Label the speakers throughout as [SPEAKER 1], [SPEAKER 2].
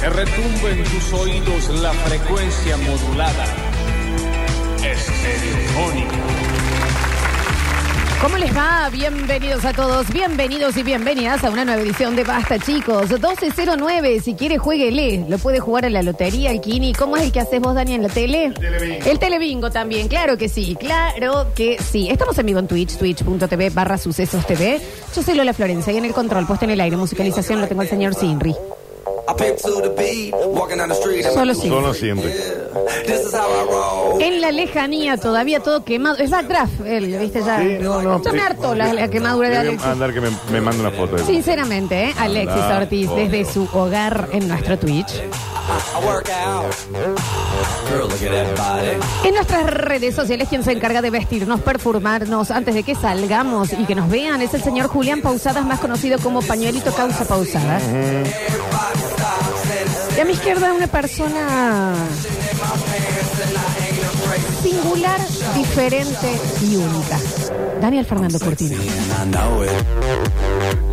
[SPEAKER 1] sube en tus oídos la frecuencia modulada. Estereofónica.
[SPEAKER 2] ¿Cómo les va? Bienvenidos a todos, bienvenidos y bienvenidas a una nueva edición de Basta, chicos. 1209, si quiere, jueguele. Lo puede jugar a la lotería, al Kini. ¿Cómo es el que haces vos, Dani, en la tele? El telebingo. también, claro que sí, claro que sí. Estamos en vivo en Twitch, twitch.tv barra sucesos TV. Yo soy Lola Florencia y en el control, puesta en el aire, musicalización, lo tengo el señor Sinri.
[SPEAKER 3] I pimp to the beat, walking down the street.
[SPEAKER 2] Solo sí.
[SPEAKER 4] Solo siempre.
[SPEAKER 3] This is how I roll.
[SPEAKER 2] En la lejanía, todavía todo quemado. Es Backdraft, él, ¿viste? Ya,
[SPEAKER 4] Sí, no, no, Eh,
[SPEAKER 2] Ya me
[SPEAKER 4] sí.
[SPEAKER 2] hartó la, la quemadura de
[SPEAKER 4] Voy
[SPEAKER 2] Alexis.
[SPEAKER 4] a andar que me, me manda una foto. de-
[SPEAKER 2] Sinceramente, ¿eh? Alexis
[SPEAKER 4] Hola,
[SPEAKER 2] Ortiz
[SPEAKER 4] obvio.
[SPEAKER 2] desde su hogar en nuestro Twitch.
[SPEAKER 3] I work out. Girl, look at that body.
[SPEAKER 2] En nuestras redes sociales, quien se encarga de vestirnos, perfumarnos antes de que salgamos y que nos vean es el señor Julián Pausadas, más conocido como Pañuelito Causa Pausadas. Y a mi izquierda una persona singular, diferente y única. Daniel Fernando Cortina.
[SPEAKER 3] And I know it.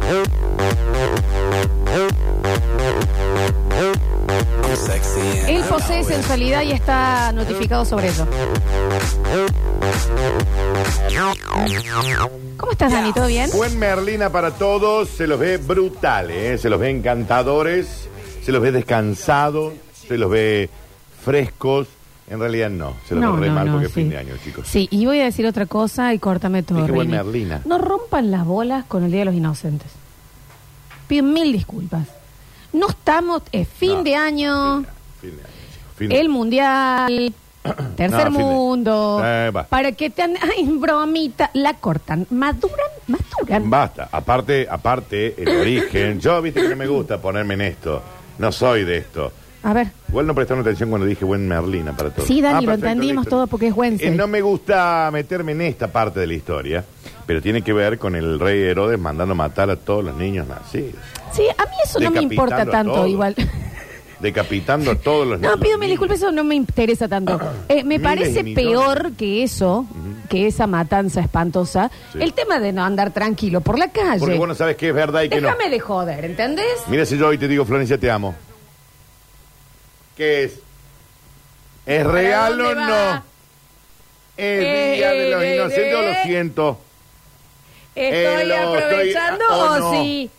[SPEAKER 3] I'm sexy and
[SPEAKER 2] Él posee sensualidad y está notificado sobre ello. ¿Cómo estás, Dani? ¿Todo bien?
[SPEAKER 4] Buen Merlina para todos. Se los ve brutales, ¿eh? se los ve encantadores, se los ve descansados, se los ve frescos. En realidad no, se los ve re mal porque es
[SPEAKER 2] sí.
[SPEAKER 4] fin de año, chicos.
[SPEAKER 2] Sí, y voy a decir otra cosa y córtame todo.
[SPEAKER 4] Dije, buen
[SPEAKER 2] Rini.
[SPEAKER 4] Merlina.
[SPEAKER 2] No rompan las bolas con el Día de los Inocentes. Piden mil disculpas. No estamos, es fin
[SPEAKER 4] No,
[SPEAKER 2] de año,
[SPEAKER 4] Fin de año, chicos. Fin de-
[SPEAKER 2] el mundial, tercer
[SPEAKER 4] No, fin de-
[SPEAKER 2] mundo.
[SPEAKER 4] Eh, va.
[SPEAKER 2] para que te anden, ay, bromita, la cortan. Maduran, maduran.
[SPEAKER 4] Basta, aparte, aparte, el origen. Yo, viste que no me gusta ponerme en esto. No soy de esto.
[SPEAKER 2] A ver,
[SPEAKER 4] Igual no prestaron atención cuando dije buen Merlina para todos. Ah,
[SPEAKER 2] Sí, Dani, lo
[SPEAKER 4] perfecto,
[SPEAKER 2] entendimos todo porque es Wednesday.
[SPEAKER 4] Eh, no me gusta meterme en esta parte de la historia, pero tiene que ver con el rey Herodes mandando matar a todos los niños nacidos.
[SPEAKER 2] sí, a mí eso no me
[SPEAKER 4] Decapitando
[SPEAKER 2] importa
[SPEAKER 4] a
[SPEAKER 2] tanto,
[SPEAKER 4] todos.
[SPEAKER 2] igual.
[SPEAKER 4] Decapitando a todos los
[SPEAKER 2] No,
[SPEAKER 4] niños.
[SPEAKER 2] pido mil disculpas, eso no me interesa tanto. Eh, me
[SPEAKER 4] Ah, Miles
[SPEAKER 2] parece
[SPEAKER 4] y millones.
[SPEAKER 2] peor que eso, que esa matanza espantosa,
[SPEAKER 4] Sí.
[SPEAKER 2] el tema de no andar tranquilo por la calle.
[SPEAKER 4] Porque vos no sabes qué es verdad y qué no.
[SPEAKER 2] Déjame de joder, ¿entendés?
[SPEAKER 4] Mira si yo hoy te digo, Florencia, te amo. ¿Qué es? ¿Es
[SPEAKER 2] ¿Para
[SPEAKER 4] real o
[SPEAKER 2] dónde
[SPEAKER 4] no?
[SPEAKER 2] va?
[SPEAKER 4] Es
[SPEAKER 2] Eh,
[SPEAKER 4] día de los
[SPEAKER 2] eh,
[SPEAKER 4] inocentes, yo lo
[SPEAKER 2] eh.
[SPEAKER 4] siento.
[SPEAKER 2] ¿Estoy
[SPEAKER 4] Eh, lo estoy-
[SPEAKER 2] aprovechando
[SPEAKER 4] ah,
[SPEAKER 2] o
[SPEAKER 4] o no.
[SPEAKER 2] sí?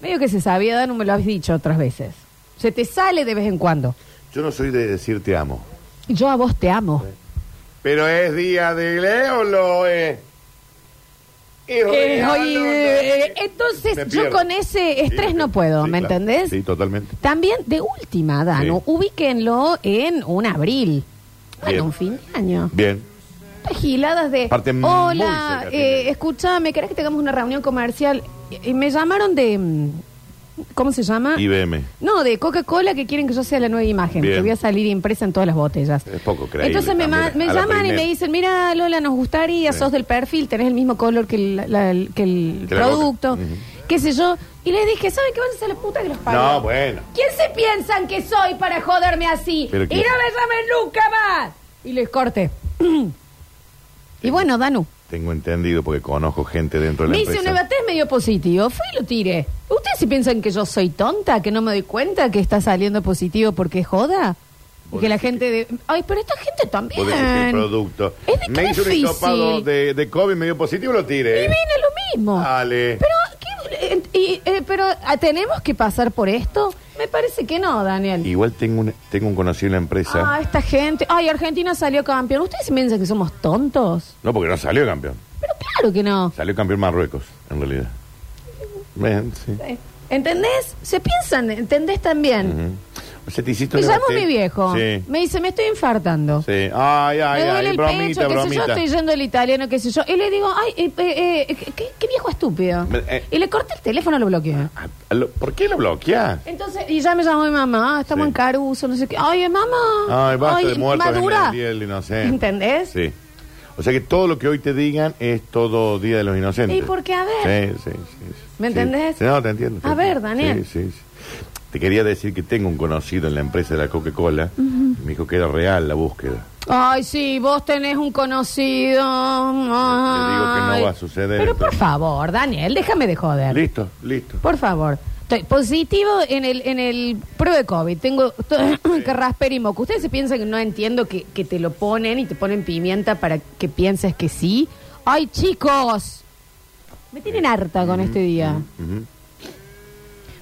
[SPEAKER 2] Medio que se sabía, Danu, me lo habéis dicho otras veces. Se te sale de vez en cuando.
[SPEAKER 4] Yo no soy de decir te amo.
[SPEAKER 2] Yo a vos te amo.
[SPEAKER 4] Pero es día de eh. Leo, lo es. Es
[SPEAKER 2] Eh,
[SPEAKER 4] real,
[SPEAKER 2] oye,
[SPEAKER 4] ¿o no?
[SPEAKER 2] eh, entonces,
[SPEAKER 4] Me
[SPEAKER 2] yo
[SPEAKER 4] pierdo.
[SPEAKER 2] con ese estrés
[SPEAKER 4] Sí,
[SPEAKER 2] no puedo,
[SPEAKER 4] sí,
[SPEAKER 2] ¿me
[SPEAKER 4] claro.
[SPEAKER 2] entendés?
[SPEAKER 4] Sí, totalmente.
[SPEAKER 2] También, de última, Danu,
[SPEAKER 4] Sí.
[SPEAKER 2] ubíquenlo en un abril.
[SPEAKER 4] Bien.
[SPEAKER 2] Bueno, un fin de año.
[SPEAKER 4] Bien.
[SPEAKER 2] Hay Giladas de.
[SPEAKER 4] Aparte, muy
[SPEAKER 2] Hola,
[SPEAKER 4] cerca,
[SPEAKER 2] eh,
[SPEAKER 4] tiene.
[SPEAKER 2] escúchame, ¿querés que tengamos una reunión comercial? Y, y me llamaron de. mm, ¿Cómo se llama?
[SPEAKER 4] IBM.
[SPEAKER 2] No, de Coca-Cola que quieren que yo sea la nueva imagen,
[SPEAKER 4] Bien.
[SPEAKER 2] que voy a salir impresa en todas las botellas.
[SPEAKER 4] Es poco creíble
[SPEAKER 2] Entonces me, ma-
[SPEAKER 4] también,
[SPEAKER 2] me
[SPEAKER 4] a la
[SPEAKER 2] llaman y
[SPEAKER 4] primera.
[SPEAKER 2] me dicen, mira Lola, nos gustaría,
[SPEAKER 4] Sí.
[SPEAKER 2] sos del perfil, tenés el mismo color que el, la- el- que el
[SPEAKER 4] Que la
[SPEAKER 2] producto,
[SPEAKER 4] Coca. Ujú.
[SPEAKER 2] qué sé yo. Y les dije, ¿saben qué van a hacer la puta que los parió?
[SPEAKER 4] No, bueno.
[SPEAKER 2] ¿Quién se piensan que soy para joderme así?
[SPEAKER 4] Pero
[SPEAKER 2] y
[SPEAKER 4] quién-
[SPEAKER 2] no me llamen nunca más. Y les corté. y bueno, Danu,
[SPEAKER 4] Tengo entendido porque conozco gente dentro de la
[SPEAKER 2] me hice
[SPEAKER 4] empresa.
[SPEAKER 2] un evatés medio positivo. Fui y lo tiré. ¿Ustedes si piensan que yo soy tonta? ¿Que no me doy cuenta que está saliendo positivo porque es joda? Y
[SPEAKER 4] Vos
[SPEAKER 2] que la
[SPEAKER 4] decís
[SPEAKER 2] gente de... Ay, pero esta gente
[SPEAKER 4] Vos decís que el
[SPEAKER 2] también.
[SPEAKER 4] producto.
[SPEAKER 2] Es de
[SPEAKER 4] me
[SPEAKER 2] qué
[SPEAKER 4] hice un
[SPEAKER 2] difícil.
[SPEAKER 4] hisopado de, de COVID medio positivo y lo
[SPEAKER 2] Y
[SPEAKER 4] tiré.
[SPEAKER 2] viene lo mismo.
[SPEAKER 4] Dale.
[SPEAKER 2] Pero, ¿qué- eh, y, eh, pero ah, ¿tenemos que pasar por esto? Me parece que no, Daniel.
[SPEAKER 4] Igual tengo un, tengo un conocido en la empresa.
[SPEAKER 2] Ah, esta gente. Ay, Argentina salió campeón. ¿Ustedes se piensan que somos tontos?
[SPEAKER 4] No, porque no salió campeón.
[SPEAKER 2] Pero claro que no.
[SPEAKER 4] Salió campeón Marruecos, en realidad. Ven, sí.
[SPEAKER 2] Eh, ¿Entendés? Se piensan, ¿entendés también?
[SPEAKER 4] Ujú. Mm. O sea, te hiciste
[SPEAKER 2] Me
[SPEAKER 4] un
[SPEAKER 2] llamó
[SPEAKER 4] evatés.
[SPEAKER 2] Pues mi viejo.
[SPEAKER 4] Sí.
[SPEAKER 2] Me dice, me estoy infartando.
[SPEAKER 4] Sí. Ay, ay,
[SPEAKER 2] me duele
[SPEAKER 4] ay.
[SPEAKER 2] el
[SPEAKER 4] bromita,
[SPEAKER 2] pecho, qué sé yo,
[SPEAKER 4] bromita.
[SPEAKER 2] estoy yendo al italiano, qué sé yo. Y le digo, ay, eh, eh, eh, qué, qué viejo estúpido.
[SPEAKER 4] Me- eh.
[SPEAKER 2] y le corté el teléfono, lo bloqueé.
[SPEAKER 4] Ah, lo- ¿Por qué lo bloqueas?
[SPEAKER 2] Entonces, y ya me llamó mi mamá, ah, estamos
[SPEAKER 4] Sí.
[SPEAKER 2] en Caruso, no sé qué. Ay, eh, mamá.
[SPEAKER 4] Ay, basta de muertos en
[SPEAKER 2] madura.
[SPEAKER 4] el Día del Inocente.
[SPEAKER 2] ¿Entendés?
[SPEAKER 4] Sí. O sea que todo lo que hoy te digan es todo Día de los Inocentes.
[SPEAKER 2] Y porque, a ver.
[SPEAKER 4] Sí, sí, sí, sí.
[SPEAKER 2] ¿Me
[SPEAKER 4] Sí.
[SPEAKER 2] entendés?
[SPEAKER 4] Sí, no, te entiendo. te
[SPEAKER 2] A ver,
[SPEAKER 4] entiendo.
[SPEAKER 2] Daniel.
[SPEAKER 4] Sí, sí, sí. Te quería decir que tengo un conocido en la empresa de la Coca-Cola. Me dijo que era real la búsqueda.
[SPEAKER 2] Ay, sí, vos tenés un conocido.
[SPEAKER 4] que no
[SPEAKER 2] Ay.
[SPEAKER 4] va a suceder
[SPEAKER 2] Pero
[SPEAKER 4] esto.
[SPEAKER 2] por favor, Daniel, déjame de joder.
[SPEAKER 4] Listo, listo.
[SPEAKER 2] Por favor. Estoy positivo en el, en el prueba de COVID. Tengo to- que rasper y moco. ¿Ustedes se piensan que no entiendo que, que te lo ponen y te ponen pimienta para que pienses que sí? ¡Ay, chicos! Me
[SPEAKER 4] Eh,
[SPEAKER 2] tienen harta con
[SPEAKER 4] mm,
[SPEAKER 2] este día.
[SPEAKER 4] ujú.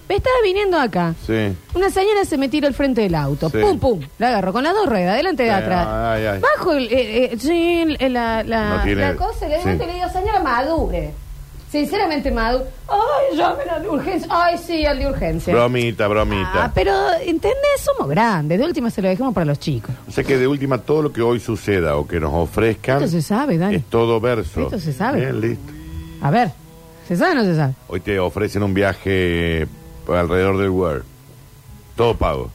[SPEAKER 2] Me estaba viniendo acá.
[SPEAKER 4] Sí.
[SPEAKER 2] Una señora se me tiró al frente del auto.
[SPEAKER 4] Sí.
[SPEAKER 2] Pum, pum. La agarro con las dos ruedas, delante de
[SPEAKER 4] Sí,
[SPEAKER 2] atrás.
[SPEAKER 4] ay, ay.
[SPEAKER 2] Bajo el, eh, eh, sí, el- el- la, la,
[SPEAKER 4] No tiene-
[SPEAKER 2] la cosa, le
[SPEAKER 4] sí.
[SPEAKER 2] y le digo, señora, madure. Sinceramente, madure. Ay, llamen al de urgencia. Ay, sí, al de urgencia.
[SPEAKER 4] Bromita, bromita.
[SPEAKER 2] Ah, pero, ¿entendés? Somos grandes. De última se lo dejamos para los chicos.
[SPEAKER 4] O sea que de última todo lo que hoy suceda o que nos ofrezcan
[SPEAKER 2] Esto se sabe, Dani.
[SPEAKER 4] es todo verso.
[SPEAKER 2] Esto se sabe.
[SPEAKER 4] Bien, listo.
[SPEAKER 2] A ver, ¿se sabe o no se sabe?
[SPEAKER 4] Hoy te ofrecen un viaje alrededor del world. Todo pago.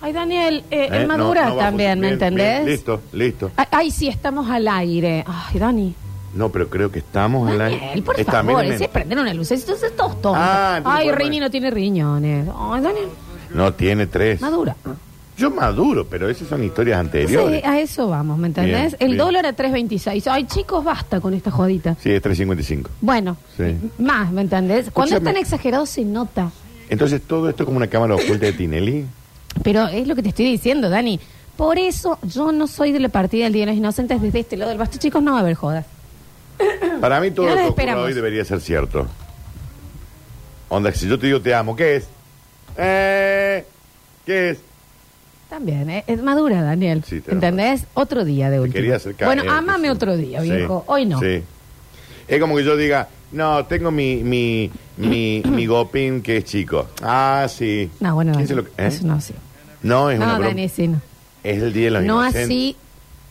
[SPEAKER 2] Ay, Daniel, eh,
[SPEAKER 4] ¿Eh?
[SPEAKER 2] en
[SPEAKER 4] No,
[SPEAKER 2] maduras
[SPEAKER 4] no bajo-
[SPEAKER 2] también, ¿me
[SPEAKER 4] bien, bien,
[SPEAKER 2] entendés?
[SPEAKER 4] Listo, listo.
[SPEAKER 2] Ay, ay, sí, estamos al aire. Ay, Dani.
[SPEAKER 4] No, pero creo que estamos en la...
[SPEAKER 2] Daniel, por
[SPEAKER 4] Está,
[SPEAKER 2] favor,
[SPEAKER 4] miren,
[SPEAKER 2] si
[SPEAKER 4] miren.
[SPEAKER 2] es prender una luz, entonces es todo tonto.
[SPEAKER 4] Ah, entonces
[SPEAKER 2] Ay,
[SPEAKER 4] bueno,
[SPEAKER 2] Rini
[SPEAKER 4] bueno.
[SPEAKER 2] no tiene riñones. Ay, Daniel,
[SPEAKER 4] No, tiene tres.
[SPEAKER 2] madura.
[SPEAKER 4] Yo maduro, pero esas son historias
[SPEAKER 2] Entonces,
[SPEAKER 4] anteriores.
[SPEAKER 2] a eso vamos, ¿me entendés?
[SPEAKER 4] Bien,
[SPEAKER 2] el
[SPEAKER 4] bien.
[SPEAKER 2] dólar a 3.26. Ay, chicos, basta con esta jodita.
[SPEAKER 4] Sí, es 3.55.
[SPEAKER 2] Bueno,
[SPEAKER 4] Sí.
[SPEAKER 2] más, ¿me entendés? Cuando es
[SPEAKER 4] Escúchame.
[SPEAKER 2] tan exagerado se nota.
[SPEAKER 4] Entonces, todo esto es como una cámara oculta de Tinelli.
[SPEAKER 2] Pero es lo que te estoy diciendo, Dani. Por eso yo no soy de la partida del Día de los Inocentes desde este lado del basto. Chicos, no va a haber jodas.
[SPEAKER 4] Para mí, todo
[SPEAKER 2] Ya
[SPEAKER 4] lo
[SPEAKER 2] las
[SPEAKER 4] que ocurre
[SPEAKER 2] esperamos.
[SPEAKER 4] hoy debería ser cierto. Onda, si yo te digo te amo, ¿qué es? Eh, ¿Qué es?
[SPEAKER 2] También, ¿eh? es madura, Daniel.
[SPEAKER 4] Sí, tenés
[SPEAKER 2] ¿Entendés? Otro día de último.
[SPEAKER 4] Quería acercar.
[SPEAKER 2] bueno,
[SPEAKER 4] eh,
[SPEAKER 2] ámame
[SPEAKER 4] sí.
[SPEAKER 2] otro día,
[SPEAKER 4] Sí,
[SPEAKER 2] viejo. Hoy no.
[SPEAKER 4] Sí. Es como que yo diga, no, tengo mi, mi, mi, mi gopin que es chico. Ah, sí.
[SPEAKER 2] No, bueno,
[SPEAKER 4] ¿Quién
[SPEAKER 2] Dani,
[SPEAKER 4] se lo- eh?
[SPEAKER 2] eso no sí.
[SPEAKER 4] No, es una
[SPEAKER 2] No,
[SPEAKER 4] broma.
[SPEAKER 2] Dani, sí, no.
[SPEAKER 4] Es el día de los
[SPEAKER 2] No
[SPEAKER 4] inocentes.
[SPEAKER 2] así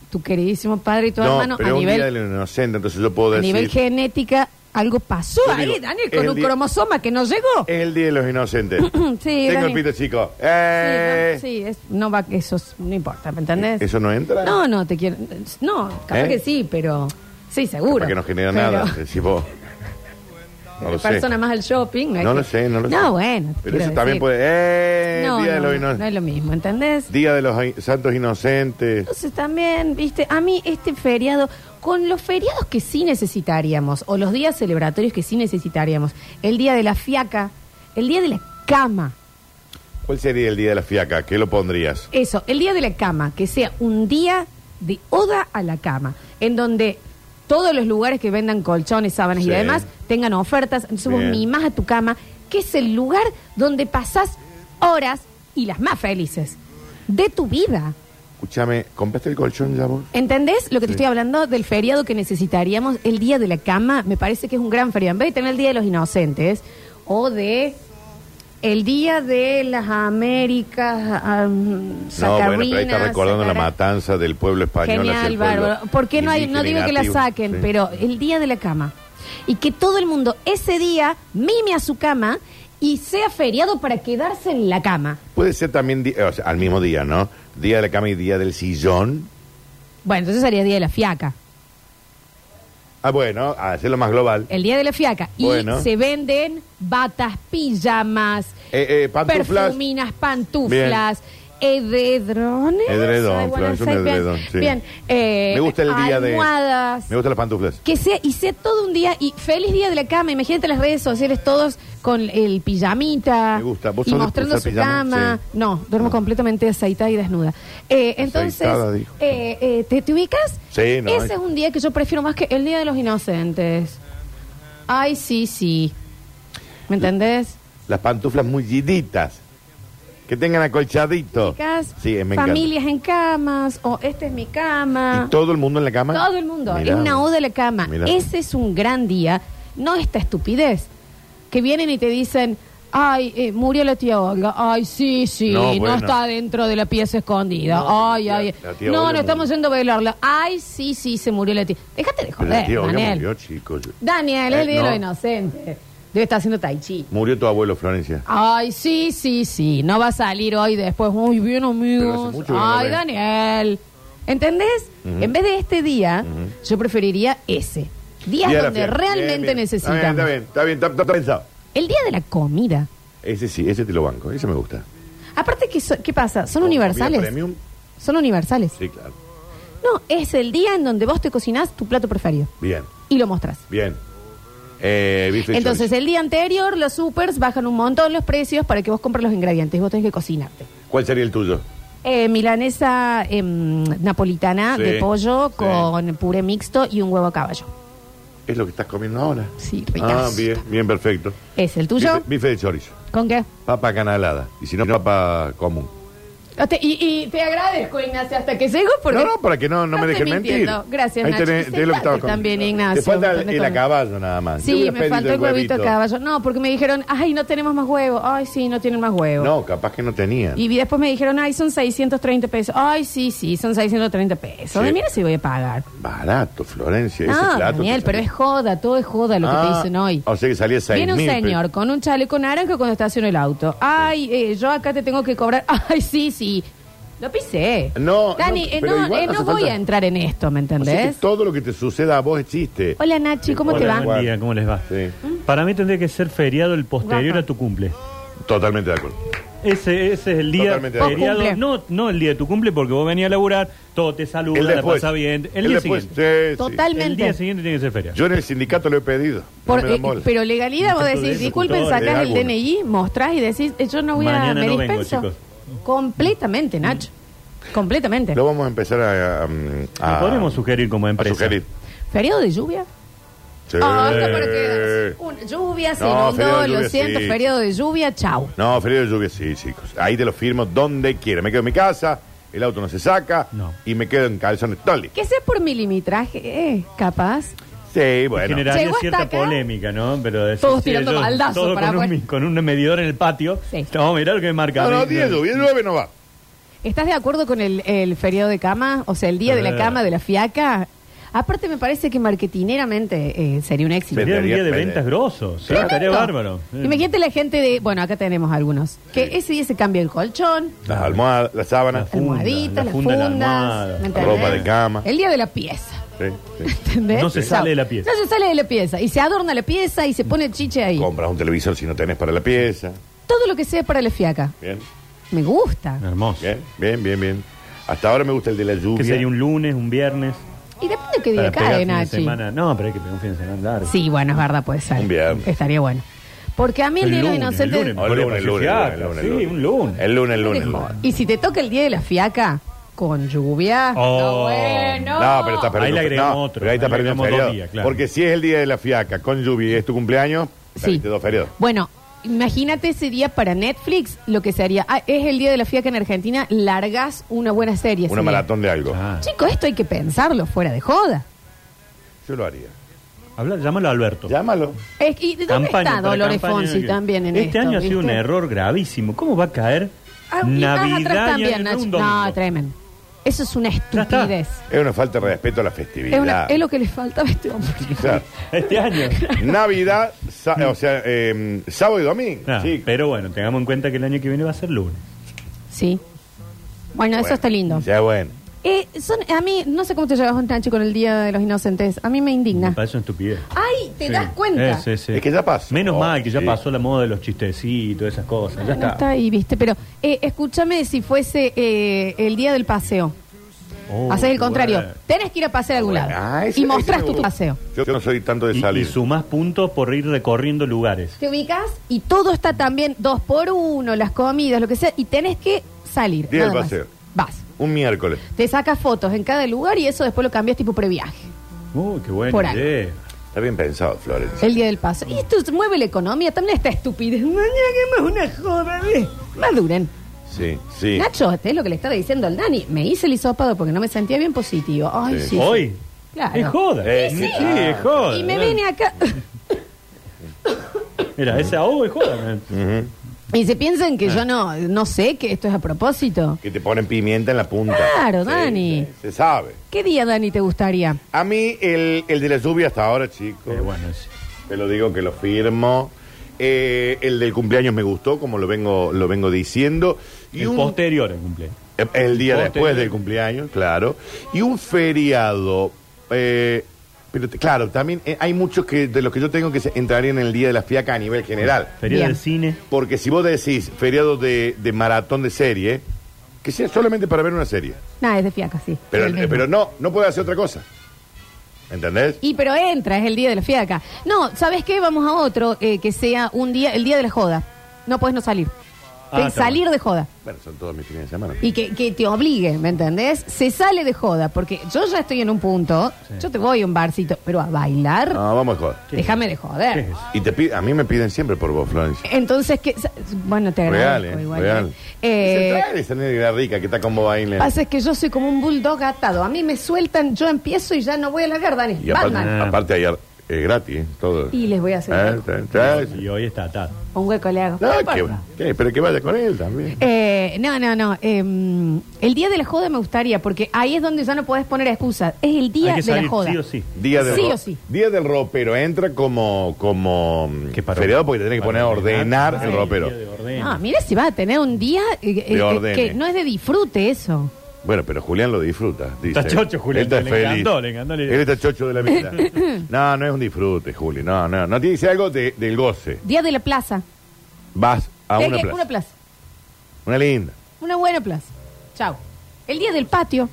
[SPEAKER 2] tu queridísimo padre y tu
[SPEAKER 4] no,
[SPEAKER 2] hermano a
[SPEAKER 4] pero es un día de
[SPEAKER 2] nivel,
[SPEAKER 4] los inocentes, entonces yo puedo
[SPEAKER 2] a
[SPEAKER 4] decir.
[SPEAKER 2] nivel genética. Algo pasó
[SPEAKER 4] Yo
[SPEAKER 2] ahí,
[SPEAKER 4] digo,
[SPEAKER 2] Daniel,
[SPEAKER 4] es
[SPEAKER 2] con
[SPEAKER 4] el
[SPEAKER 2] un
[SPEAKER 4] día-
[SPEAKER 2] cromosoma que no llegó.
[SPEAKER 4] Es el día de los inocentes.
[SPEAKER 2] Sí,
[SPEAKER 4] tengo el
[SPEAKER 2] Dani.
[SPEAKER 4] pito chico. Eh.
[SPEAKER 2] Sí, no, sí, es- no va, eso es- no importa, ¿me entendés?
[SPEAKER 4] ¿Eso no entra?
[SPEAKER 2] No, no, te quiero. No, capaz
[SPEAKER 4] ¿Eh?
[SPEAKER 2] que sí, pero. Sí, seguro.
[SPEAKER 4] Porque no genera
[SPEAKER 2] Pero-
[SPEAKER 4] nada. Decís vos. No lo sé.
[SPEAKER 2] persona más al shopping. hay
[SPEAKER 4] No
[SPEAKER 2] que-
[SPEAKER 4] lo sé, no lo sé.
[SPEAKER 2] bueno. te
[SPEAKER 4] Pero
[SPEAKER 2] quiero
[SPEAKER 4] eso también
[SPEAKER 2] decir.
[SPEAKER 4] puede. ¡Eh!
[SPEAKER 2] No,
[SPEAKER 4] día,
[SPEAKER 2] no,
[SPEAKER 4] de los
[SPEAKER 2] no
[SPEAKER 4] ino-
[SPEAKER 2] es lo mismo, ¿entendés?
[SPEAKER 4] día de los in- santos inocentes.
[SPEAKER 2] Entonces también, viste, a mí este feriado, con los feriados que sí necesitaríamos, o los días celebratorios que sí necesitaríamos, el día de la fiaca, el día de la cama,
[SPEAKER 4] ¿Cuál sería el día de la fiaca? ¿Qué lo pondrías?
[SPEAKER 2] eso, el día de la cama, que sea un día de oda a la cama, en donde todos los lugares que vendan colchones, sábanas
[SPEAKER 4] Sí.
[SPEAKER 2] y demás tengan ofertas, entonces vos
[SPEAKER 4] Bien.
[SPEAKER 2] mimás a tu cama, que es el lugar donde pasás horas y las más felices de tu vida.
[SPEAKER 4] Escúchame, ¿compraste el colchón ya vos?
[SPEAKER 2] ¿Entendés lo que te
[SPEAKER 4] Sí.
[SPEAKER 2] estoy hablando del feriado que necesitaríamos? El día de la cama, me parece que es un gran feriado. En vez de tener el día de los inocentes o de. El día de las Américas. am,
[SPEAKER 4] No, bueno, pero ahí
[SPEAKER 2] Sacarinas,
[SPEAKER 4] está recordando la
[SPEAKER 2] Sacara-
[SPEAKER 4] matanza del pueblo español. hacia
[SPEAKER 2] Genial,
[SPEAKER 4] el pueblo
[SPEAKER 2] bárbaro. ¿Por qué no, hay, no
[SPEAKER 4] indígena y
[SPEAKER 2] digo que la
[SPEAKER 4] nativo?
[SPEAKER 2] saquen?
[SPEAKER 4] Sí.
[SPEAKER 2] Pero el día de la cama. Y que todo el mundo ese día mime a su cama y sea feriado para quedarse en la cama.
[SPEAKER 4] Puede ser también di- o sea, al mismo día, ¿no? Día de la cama y día del sillón.
[SPEAKER 2] Bueno, entonces sería el día de la fiaca.
[SPEAKER 4] Ah, bueno, hacerlo más global.
[SPEAKER 2] El día de la fiaca.
[SPEAKER 4] Bueno.
[SPEAKER 2] Y se venden batas, pijamas,
[SPEAKER 4] Eh, eh, pantuflas.
[SPEAKER 2] perfuminas, pantuflas. Edredrones.
[SPEAKER 4] Edredón,
[SPEAKER 2] Ay, bueno,
[SPEAKER 4] Flor, es un
[SPEAKER 2] sí, bien,
[SPEAKER 4] edredón, sí.
[SPEAKER 2] Bien. eh,
[SPEAKER 4] Me gusta el día
[SPEAKER 2] almohadas.
[SPEAKER 4] de. Me gustan las pantuflas.
[SPEAKER 2] Que sea, y sea todo un día, y feliz día de la cama. Imagínate las redes sociales todos con el pijamita.
[SPEAKER 4] Me gusta. ¿Vos
[SPEAKER 2] Y
[SPEAKER 4] sos de
[SPEAKER 2] mostrando
[SPEAKER 4] usar
[SPEAKER 2] su
[SPEAKER 4] pijama?
[SPEAKER 2] cama.
[SPEAKER 4] Sí.
[SPEAKER 2] No, duermo
[SPEAKER 4] No.
[SPEAKER 2] completamente aceitada y desnuda. Eh, entonces,
[SPEAKER 4] Aceitada, dijo.
[SPEAKER 2] eh, eh, ¿te, te ubicas?
[SPEAKER 4] Sí, no,
[SPEAKER 2] Ese
[SPEAKER 4] eh.
[SPEAKER 2] es un día que yo prefiero más que el Día de los Inocentes. Ay, sí, sí. ¿Me entendés?
[SPEAKER 4] Las pantuflas mulliditas. Que tengan acolchadito.
[SPEAKER 2] Chicas,
[SPEAKER 4] Sí, eh, me encanta.
[SPEAKER 2] familias en camas, o esta es mi cama.
[SPEAKER 4] Y todo el mundo en la cama.
[SPEAKER 2] Ah. Todo el mundo.
[SPEAKER 4] Mirá.
[SPEAKER 2] es una oda a la cama.
[SPEAKER 4] Mirá.
[SPEAKER 2] Ese es un gran día. No esta estupidez. Que vienen y te dicen, ay, eh, murió la tía Olga. Ay, sí, sí,
[SPEAKER 4] No,
[SPEAKER 2] no,
[SPEAKER 4] bueno.
[SPEAKER 2] está dentro de la pieza escondida.
[SPEAKER 4] No,
[SPEAKER 2] ay,
[SPEAKER 4] la-
[SPEAKER 2] ay.
[SPEAKER 4] la tía
[SPEAKER 2] no,
[SPEAKER 4] Olga
[SPEAKER 2] no estamos
[SPEAKER 4] murió.
[SPEAKER 2] yendo a velarla. Ay, sí, sí, se murió la tía. Déjate de
[SPEAKER 4] Pero la
[SPEAKER 2] joder,
[SPEAKER 4] tía Olga
[SPEAKER 2] Daniel.
[SPEAKER 4] murió, chicos.
[SPEAKER 2] Daniel, el
[SPEAKER 4] Eh,
[SPEAKER 2] día de
[SPEAKER 4] no.
[SPEAKER 2] los inocentes. Debe estar haciendo tai chi.
[SPEAKER 4] Murió tu abuelo, Florencia.
[SPEAKER 2] Ay, sí, sí, sí. No va a salir hoy después. Muy bien,
[SPEAKER 4] Pero
[SPEAKER 2] amigos.
[SPEAKER 4] hace mucho que no lo
[SPEAKER 2] Ay,
[SPEAKER 4] ves.
[SPEAKER 2] Daniel. ¿Entendés? En vez de este día, yo preferiría ese. Días
[SPEAKER 4] Día de la
[SPEAKER 2] donde
[SPEAKER 4] fiesta.
[SPEAKER 2] realmente
[SPEAKER 4] Bien, bien.
[SPEAKER 2] necesitamos.
[SPEAKER 4] Está bien, está bien, está bien, está, está pensado.
[SPEAKER 2] El día de la comida.
[SPEAKER 4] Ese sí, ese te lo banco, ese me gusta.
[SPEAKER 2] Aparte, que so- ¿qué pasa? ¿Son
[SPEAKER 4] Con
[SPEAKER 2] universales?
[SPEAKER 4] comida premium,
[SPEAKER 2] Son universales.
[SPEAKER 4] Sí, claro.
[SPEAKER 2] No, es el día en donde vos te cocinás tu plato preferido
[SPEAKER 4] Bien,
[SPEAKER 2] y lo mostrás.
[SPEAKER 4] bien. Eh, bife y
[SPEAKER 2] Entonces,
[SPEAKER 4] chorizo.
[SPEAKER 2] el día anterior, los supers bajan un montón los precios para que vos compres los ingredientes. Vos tenés que cocinarte.
[SPEAKER 4] ¿Cuál sería el tuyo?
[SPEAKER 2] Eh, milanesa em, napolitana
[SPEAKER 4] Sí,
[SPEAKER 2] de pollo
[SPEAKER 4] sí.
[SPEAKER 2] con puré mixto y un huevo a caballo.
[SPEAKER 4] Es lo que estás comiendo ahora.
[SPEAKER 2] Sí,
[SPEAKER 4] Ah,
[SPEAKER 2] ricazo.
[SPEAKER 4] bien, bien, perfecto.
[SPEAKER 2] ¿Es el tuyo?
[SPEAKER 4] Bife, bife de chorizo,
[SPEAKER 2] ¿Con qué?
[SPEAKER 4] papa canalada, y si no, papa común.
[SPEAKER 2] Ah, te- y, y te agradezco, Ignacio, hasta que llego porque...
[SPEAKER 4] no, no, para que no, no me
[SPEAKER 2] estoy
[SPEAKER 4] dejes mentir.
[SPEAKER 2] mintiendo. Gracias,
[SPEAKER 4] Ahí
[SPEAKER 2] Nacho.
[SPEAKER 4] tenés-
[SPEAKER 2] Sí,
[SPEAKER 4] tenés lo que estabas
[SPEAKER 2] claro, también,
[SPEAKER 4] comiendo.
[SPEAKER 2] Ignacio,
[SPEAKER 4] Te falta el,
[SPEAKER 2] ¿entendés
[SPEAKER 4] el
[SPEAKER 2] cómo?
[SPEAKER 4] acaballo nada más. Yo
[SPEAKER 2] Sí,
[SPEAKER 4] hubiera
[SPEAKER 2] me
[SPEAKER 4] pedido
[SPEAKER 2] faltó el huevito de caballo. No, porque me dijeron, ay, no tenemos más huevo. Ay, sí, no tienen más huevo.
[SPEAKER 4] No, capaz que no tenía.
[SPEAKER 2] Y vi- después me dijeron, ay, son 630 pesos. Ay, sí, sí, son 630 pesos.
[SPEAKER 4] Sí.
[SPEAKER 2] Mira si voy a pagar.
[SPEAKER 4] Barato, Florencia, ese
[SPEAKER 2] No,
[SPEAKER 4] plato.
[SPEAKER 2] Ah, Daniel,
[SPEAKER 4] te
[SPEAKER 2] pero es
[SPEAKER 4] salía-
[SPEAKER 2] joda, todo es joda lo que
[SPEAKER 4] Ah,
[SPEAKER 2] te dicen hoy.
[SPEAKER 4] O sea que salía 6
[SPEAKER 2] Viene un señor con un chaleco naranja cuando estaciona el auto. Ay, eh, yo acá te tengo que cobrar. Ay, sí, sí. Lo pisé.
[SPEAKER 4] No,
[SPEAKER 2] Dani,
[SPEAKER 4] no,
[SPEAKER 2] eh,
[SPEAKER 4] pero
[SPEAKER 2] no,
[SPEAKER 4] igual
[SPEAKER 2] eh,
[SPEAKER 4] hace
[SPEAKER 2] no voy
[SPEAKER 4] falta-
[SPEAKER 2] a entrar en esto, ¿me entendés?
[SPEAKER 4] todo lo que te suceda a vos es chiste.
[SPEAKER 2] Hola, Nachi, ¿cómo te
[SPEAKER 4] Hola,
[SPEAKER 2] va?
[SPEAKER 4] Juan.
[SPEAKER 5] Buen día, ¿cómo les va?
[SPEAKER 4] Sí,
[SPEAKER 5] Para mí tendría que ser feriado el posterior
[SPEAKER 2] Guapa.
[SPEAKER 5] a tu cumple.
[SPEAKER 4] totalmente de acuerdo.
[SPEAKER 5] Ese, ese es el día
[SPEAKER 4] Totalmente de
[SPEAKER 2] acuerdo.
[SPEAKER 5] feriado.
[SPEAKER 2] Cumple.
[SPEAKER 5] No, no el día de tu cumple porque vos venías a laburar, todo te saluda, la pasa bien. El, día
[SPEAKER 4] después,
[SPEAKER 5] siguiente.
[SPEAKER 4] sí, sí.
[SPEAKER 5] El día
[SPEAKER 2] Totalmente.
[SPEAKER 5] siguiente tiene que ser feriado.
[SPEAKER 4] Yo en el sindicato lo he pedido. no
[SPEAKER 2] Por-
[SPEAKER 4] me dan
[SPEAKER 2] eh,
[SPEAKER 4] bola.
[SPEAKER 2] pero legalidad, vos
[SPEAKER 5] Todo
[SPEAKER 2] decís,
[SPEAKER 5] eso,
[SPEAKER 2] disculpen,
[SPEAKER 5] todo
[SPEAKER 4] eso.
[SPEAKER 2] sacás el
[SPEAKER 4] Alguno.
[SPEAKER 2] DNI, mostrás y decís, eh, yo no voy a...
[SPEAKER 5] Mañana
[SPEAKER 2] ¿Me
[SPEAKER 5] no vengo,
[SPEAKER 2] dispenso?
[SPEAKER 5] chicos.
[SPEAKER 2] Completamente, Nacho. Completamente.
[SPEAKER 4] Mm. Lo vamos a empezar a. um, a-
[SPEAKER 5] Lo podemos sugerir como
[SPEAKER 4] a
[SPEAKER 5] empresa.
[SPEAKER 4] sugerir.
[SPEAKER 2] ¿Feriado de lluvia?
[SPEAKER 4] Sí.
[SPEAKER 2] Ah, esto para quedarse. Un- lluvia, se
[SPEAKER 4] No, feriado
[SPEAKER 2] inundó,
[SPEAKER 4] de
[SPEAKER 2] lo
[SPEAKER 4] lluvia,
[SPEAKER 2] siento,
[SPEAKER 4] sí.
[SPEAKER 2] feriado de lluvia, chau.
[SPEAKER 4] No, feriado de lluvia, sí, chicos. Ahí te lo firmo donde quiera. Me quedo en mi casa, el auto no se saca
[SPEAKER 5] No.
[SPEAKER 4] y me quedo en calzones toli.
[SPEAKER 2] Que sea por milimitraje, eh, capaz.
[SPEAKER 4] Sí, bueno.
[SPEAKER 5] Generaría
[SPEAKER 2] Llegó hasta
[SPEAKER 5] cierta
[SPEAKER 2] acá.
[SPEAKER 5] polémica, ¿no? Pero decir,
[SPEAKER 2] Todos
[SPEAKER 5] sí,
[SPEAKER 2] tirando
[SPEAKER 5] yo-
[SPEAKER 2] baldazo
[SPEAKER 5] todo
[SPEAKER 2] para
[SPEAKER 5] con, un,
[SPEAKER 2] afuera.
[SPEAKER 5] mi- con un medidor en el patio.
[SPEAKER 2] Sí.
[SPEAKER 5] Vamos a mirar lo que marca.
[SPEAKER 4] No, no, 10 lluvia, 9 no va.
[SPEAKER 2] ¿Estás de acuerdo con el, el feriado de cama? O sea, el día de la
[SPEAKER 5] Eh.
[SPEAKER 2] cama, de la fiaca. Aparte, me parece que marketineramente eh, sería un éxito.
[SPEAKER 5] Sería un día de
[SPEAKER 4] Vendería-
[SPEAKER 5] ventas grosso. Sí,
[SPEAKER 2] Tremendo.
[SPEAKER 5] estaría bárbaro. Sí.
[SPEAKER 2] Imagínate la gente de. Bueno, acá tenemos algunos. Que ese día se cambia el colchón,
[SPEAKER 4] Las almohadas, las sábanas,
[SPEAKER 5] La funda,
[SPEAKER 2] almohaditas,
[SPEAKER 5] la
[SPEAKER 2] las
[SPEAKER 5] funda de la
[SPEAKER 2] fundas.
[SPEAKER 5] almohada,
[SPEAKER 2] ¿me
[SPEAKER 5] la
[SPEAKER 2] entendés?
[SPEAKER 4] ropa de cama.
[SPEAKER 2] El día de la pieza.
[SPEAKER 4] sí, sí.
[SPEAKER 2] ¿Entendés?
[SPEAKER 5] No se
[SPEAKER 2] Sí.
[SPEAKER 5] sale de la pieza.
[SPEAKER 2] No se sale de la pieza. Y se adorna la pieza y se pone el chiche ahí.
[SPEAKER 4] Compras un televisor si no tenés para la pieza.
[SPEAKER 2] Todo lo que sea para la fiaca.
[SPEAKER 4] Bien,
[SPEAKER 2] Me gusta.
[SPEAKER 5] Hermoso.
[SPEAKER 4] bien, bien, bien, bien. Hasta ahora me gusta el de la lluvia.
[SPEAKER 5] Que sería un lunes, un viernes.
[SPEAKER 2] Y depende de qué
[SPEAKER 5] Para
[SPEAKER 2] día
[SPEAKER 5] pegar
[SPEAKER 2] cae,
[SPEAKER 5] fin de
[SPEAKER 2] Nachi.
[SPEAKER 5] semana. No, pero hay que pegar un fin de semana largo.
[SPEAKER 2] Sí, bueno, es verdad, puede ser.
[SPEAKER 4] Un viernes.
[SPEAKER 2] Estaría bueno. Porque a mí el,
[SPEAKER 5] El
[SPEAKER 2] Día de los
[SPEAKER 5] lunes,
[SPEAKER 2] Inocentes.
[SPEAKER 5] el
[SPEAKER 4] Oh, el lunes, el lunes, el lunes, el
[SPEAKER 5] Sí, un lunes.
[SPEAKER 4] El lunes, el
[SPEAKER 2] ¿Qué
[SPEAKER 4] lunes.
[SPEAKER 2] te
[SPEAKER 4] el
[SPEAKER 2] jodas?
[SPEAKER 4] lunes.
[SPEAKER 2] Y si te toca el Día de la Fiaca, con lluvia.
[SPEAKER 5] Oh.
[SPEAKER 2] Está bueno.
[SPEAKER 4] No, pero estás perdiendo.
[SPEAKER 5] Ahí le agregamos
[SPEAKER 4] no,
[SPEAKER 5] otro,
[SPEAKER 4] pero ahí estás
[SPEAKER 5] ahí le
[SPEAKER 4] perdiendo un
[SPEAKER 5] agregamos
[SPEAKER 4] feriado.
[SPEAKER 5] dos días, claro.
[SPEAKER 4] Porque si es el día de la fiaca con lluvia y es tu cumpleaños,
[SPEAKER 2] Sí.
[SPEAKER 4] saliste dos feriados.
[SPEAKER 2] Bueno, imagínate ese día para Netflix, lo que sería. Ah, es el Día de la Fiaca en Argentina, largas una buena serie. ese
[SPEAKER 4] Una
[SPEAKER 2] día.
[SPEAKER 4] maratón de algo.
[SPEAKER 5] Ah,
[SPEAKER 2] Chicos, esto hay que pensarlo fuera de joda.
[SPEAKER 4] Yo lo haría.
[SPEAKER 5] habla, llámalo a Alberto.
[SPEAKER 4] Llámalo.
[SPEAKER 2] Es- ¿Y de dónde
[SPEAKER 5] Campaña
[SPEAKER 2] está
[SPEAKER 5] para
[SPEAKER 2] Dolores
[SPEAKER 5] campaña.
[SPEAKER 2] Fonsi también en
[SPEAKER 5] Este
[SPEAKER 2] esto,
[SPEAKER 5] año ha sido un
[SPEAKER 2] ¿viste?
[SPEAKER 5] error gravísimo. ¿Cómo va a caer
[SPEAKER 2] Ah, y más atrás
[SPEAKER 5] Navidad y
[SPEAKER 2] también,
[SPEAKER 5] Año Nuevo
[SPEAKER 2] Nacho.
[SPEAKER 5] un
[SPEAKER 2] No,
[SPEAKER 5] domingo?
[SPEAKER 2] tremendo. Eso es una
[SPEAKER 5] está.
[SPEAKER 2] estupidez.
[SPEAKER 4] Es una falta de respeto a la
[SPEAKER 2] Es,
[SPEAKER 4] festividad.
[SPEAKER 2] una- es lo que le falta a este hombre.
[SPEAKER 4] Claro.
[SPEAKER 5] Este año.
[SPEAKER 4] Navidad, sa- o sea, eh, sábado y domingo.
[SPEAKER 5] No,
[SPEAKER 4] Sí.
[SPEAKER 5] Ah, Pero bueno, tengamos en cuenta que el año que viene va a ser lunes.
[SPEAKER 2] Sí. Bueno, eso
[SPEAKER 4] Bueno,
[SPEAKER 2] está lindo.
[SPEAKER 4] Ya bueno.
[SPEAKER 2] Eh, son, a mí, no sé cómo te llevas, Nacho, con el Día de los Inocentes. A mí me indigna.
[SPEAKER 5] Me parece una estupidez.
[SPEAKER 2] ¡Ay! ¿Te
[SPEAKER 5] Sí.
[SPEAKER 2] das cuenta?
[SPEAKER 5] Eh, sí, sí.
[SPEAKER 4] Es que ya pasó.
[SPEAKER 5] Menos mal que ya
[SPEAKER 4] Sí.
[SPEAKER 5] pasó la moda de los chistecitos, esas cosas. Ya
[SPEAKER 2] No está
[SPEAKER 5] está.
[SPEAKER 2] ahí, viste. Pero eh, escúchame si fuese eh, el Día del Paseo.
[SPEAKER 5] Oh,
[SPEAKER 2] Haces el contrario.
[SPEAKER 5] bueno.
[SPEAKER 2] Tenés que ir a pasear a algún lado.
[SPEAKER 4] Uh, Ah, ese-
[SPEAKER 2] y
[SPEAKER 4] ese
[SPEAKER 2] mostrás
[SPEAKER 4] me
[SPEAKER 2] tu
[SPEAKER 4] gusta.
[SPEAKER 2] paseo.
[SPEAKER 4] Yo, yo no soy tanto de
[SPEAKER 5] Y,
[SPEAKER 4] salir.
[SPEAKER 5] y sumás puntos por ir recorriendo lugares.
[SPEAKER 2] Te ubicas y todo está también dos por uno, las comidas, lo que sea, y tenés que salir.
[SPEAKER 4] Día
[SPEAKER 2] nada
[SPEAKER 4] del
[SPEAKER 2] más.
[SPEAKER 4] paseo.
[SPEAKER 2] Vas.
[SPEAKER 4] Un miércoles.
[SPEAKER 2] Te sacas fotos en cada lugar y eso después lo cambias tipo previaje.
[SPEAKER 5] Uy, qué buena
[SPEAKER 2] Por
[SPEAKER 5] idea.
[SPEAKER 4] Está bien pensado, Florencia.
[SPEAKER 2] El día del paso. Y esto mueve la economía, también está estúpida. No lleguemos una joda, ve. Maduren.
[SPEAKER 4] Sí, sí.
[SPEAKER 2] Nacho, este es lo que le estaba diciendo al Dani. Me hice el hisopado porque no me sentía bien positivo. Ay,
[SPEAKER 4] Sí.
[SPEAKER 2] sí.
[SPEAKER 5] Hoy.
[SPEAKER 2] Claro. Ah,
[SPEAKER 5] Es joda.
[SPEAKER 4] Eh, sí.
[SPEAKER 5] es joda.
[SPEAKER 2] Y me vine acá.
[SPEAKER 5] Mira, ese ahogo es joda. man.
[SPEAKER 4] Ujú.
[SPEAKER 2] Y se piensan
[SPEAKER 5] Ah.
[SPEAKER 2] que yo no, no sé que esto es a propósito.
[SPEAKER 4] Que te ponen pimienta en la punta.
[SPEAKER 2] Claro,
[SPEAKER 4] Sí,
[SPEAKER 2] Dani.
[SPEAKER 4] Se sabe.
[SPEAKER 2] ¿Qué día, Dani, te gustaría?
[SPEAKER 4] A mí el, el de la lluvia hasta ahora, chicos.
[SPEAKER 5] Eh, bueno, es-
[SPEAKER 4] Te lo digo que lo firmo. Eh, el del cumpleaños me gustó, como lo vengo, lo vengo diciendo. Y
[SPEAKER 5] el
[SPEAKER 4] un-
[SPEAKER 5] posterior al cumpleaños.
[SPEAKER 4] eh, el día
[SPEAKER 5] posterior.
[SPEAKER 4] después del cumpleaños, claro. Y un feriado. eh, pero te- claro, también eh, hay muchos que de los que yo tengo que se- entrarían en el día de la fiaca a nivel general.
[SPEAKER 5] Feria
[SPEAKER 2] Bien. Eh.
[SPEAKER 5] del cine.
[SPEAKER 4] Porque si vos decís feriado de, de maratón de serie, que sea solamente para ver una serie.
[SPEAKER 2] Nada, es de fiaca, sí.
[SPEAKER 4] Pero,
[SPEAKER 2] El mismo.
[SPEAKER 4] pero no, no puede hacer otra cosa. ¿Entendés?
[SPEAKER 2] Y pero entra, es el día de la fiaca. No, ¿sabes qué? Vamos a otro eh, que sea un día, el día de la joda. No puedes no salir.
[SPEAKER 5] Ah,
[SPEAKER 2] Te-
[SPEAKER 5] está
[SPEAKER 2] salir
[SPEAKER 5] bueno.
[SPEAKER 2] de joda.
[SPEAKER 4] Bueno, son todos mis fines de semana.
[SPEAKER 2] Y que, que te obligue, ¿me entendés? Se sale de joda, porque yo ya estoy en un punto, yo te voy a un barcito, pero a bailar,
[SPEAKER 4] No, vamos a joder.
[SPEAKER 2] déjame de joder.
[SPEAKER 5] ¿Qué es eso?
[SPEAKER 4] Y te pi- a mí me piden siempre por vos, Florencia.
[SPEAKER 2] Entonces, que bueno, te
[SPEAKER 4] Real,
[SPEAKER 2] agradezco
[SPEAKER 4] ¿eh?
[SPEAKER 2] igual.
[SPEAKER 4] Real.
[SPEAKER 2] Eh,
[SPEAKER 4] Se trae esa negra rica que está con vos ahí. nena.
[SPEAKER 2] pasa es que yo soy como un bulldog atado. A mí me sueltan, yo empiezo y ya no voy a largar, Dani.
[SPEAKER 4] Y aparte, Ah.
[SPEAKER 2] Batman.
[SPEAKER 4] aparte ayer es gratis, ¿eh? todo.
[SPEAKER 2] Y les voy a hacer
[SPEAKER 4] Eh,
[SPEAKER 2] un
[SPEAKER 4] te- te-
[SPEAKER 5] Y hoy está atado.
[SPEAKER 2] Un hueco le hago.
[SPEAKER 4] No,
[SPEAKER 2] No
[SPEAKER 4] que-
[SPEAKER 2] importa.
[SPEAKER 4] que- pero que vaya con él también.
[SPEAKER 2] Eh, no, no, no. eh, el día de la joda me gustaría, porque ahí es donde ya no podés poner excusas. Es el día
[SPEAKER 5] Hay que
[SPEAKER 2] de la
[SPEAKER 5] salir
[SPEAKER 2] joda.
[SPEAKER 5] sí o sí.
[SPEAKER 4] Día del
[SPEAKER 2] sí
[SPEAKER 4] ro-
[SPEAKER 2] o sí.
[SPEAKER 4] Día del ropero. Entra como, como mm,
[SPEAKER 5] ¿Qué paró?
[SPEAKER 4] feriado porque te tenés que poner a ordenar
[SPEAKER 5] Ah,
[SPEAKER 4] el ropero.
[SPEAKER 5] día de ordena.
[SPEAKER 2] Ah, mira si va a tener un día eh, eh,
[SPEAKER 4] De
[SPEAKER 2] eh,
[SPEAKER 4] órdenes.
[SPEAKER 2] que no es de disfrute eso.
[SPEAKER 4] Bueno, pero Julián lo disfruta. dice.
[SPEAKER 5] Está chocho, Julián,
[SPEAKER 4] Él está
[SPEAKER 5] le
[SPEAKER 4] feliz.
[SPEAKER 5] encantó, le encantó la idea.
[SPEAKER 4] Él está chocho de la vida. no, no es un disfrute, Juli. No, no. No tiene que ser algo de- del goce.
[SPEAKER 2] Día de la plaza.
[SPEAKER 4] Vas a
[SPEAKER 2] Eh,
[SPEAKER 4] una
[SPEAKER 2] eh,
[SPEAKER 4] plaza.
[SPEAKER 2] Una plaza.
[SPEAKER 4] Una linda.
[SPEAKER 2] Una buena plaza. Chao. El día del patio.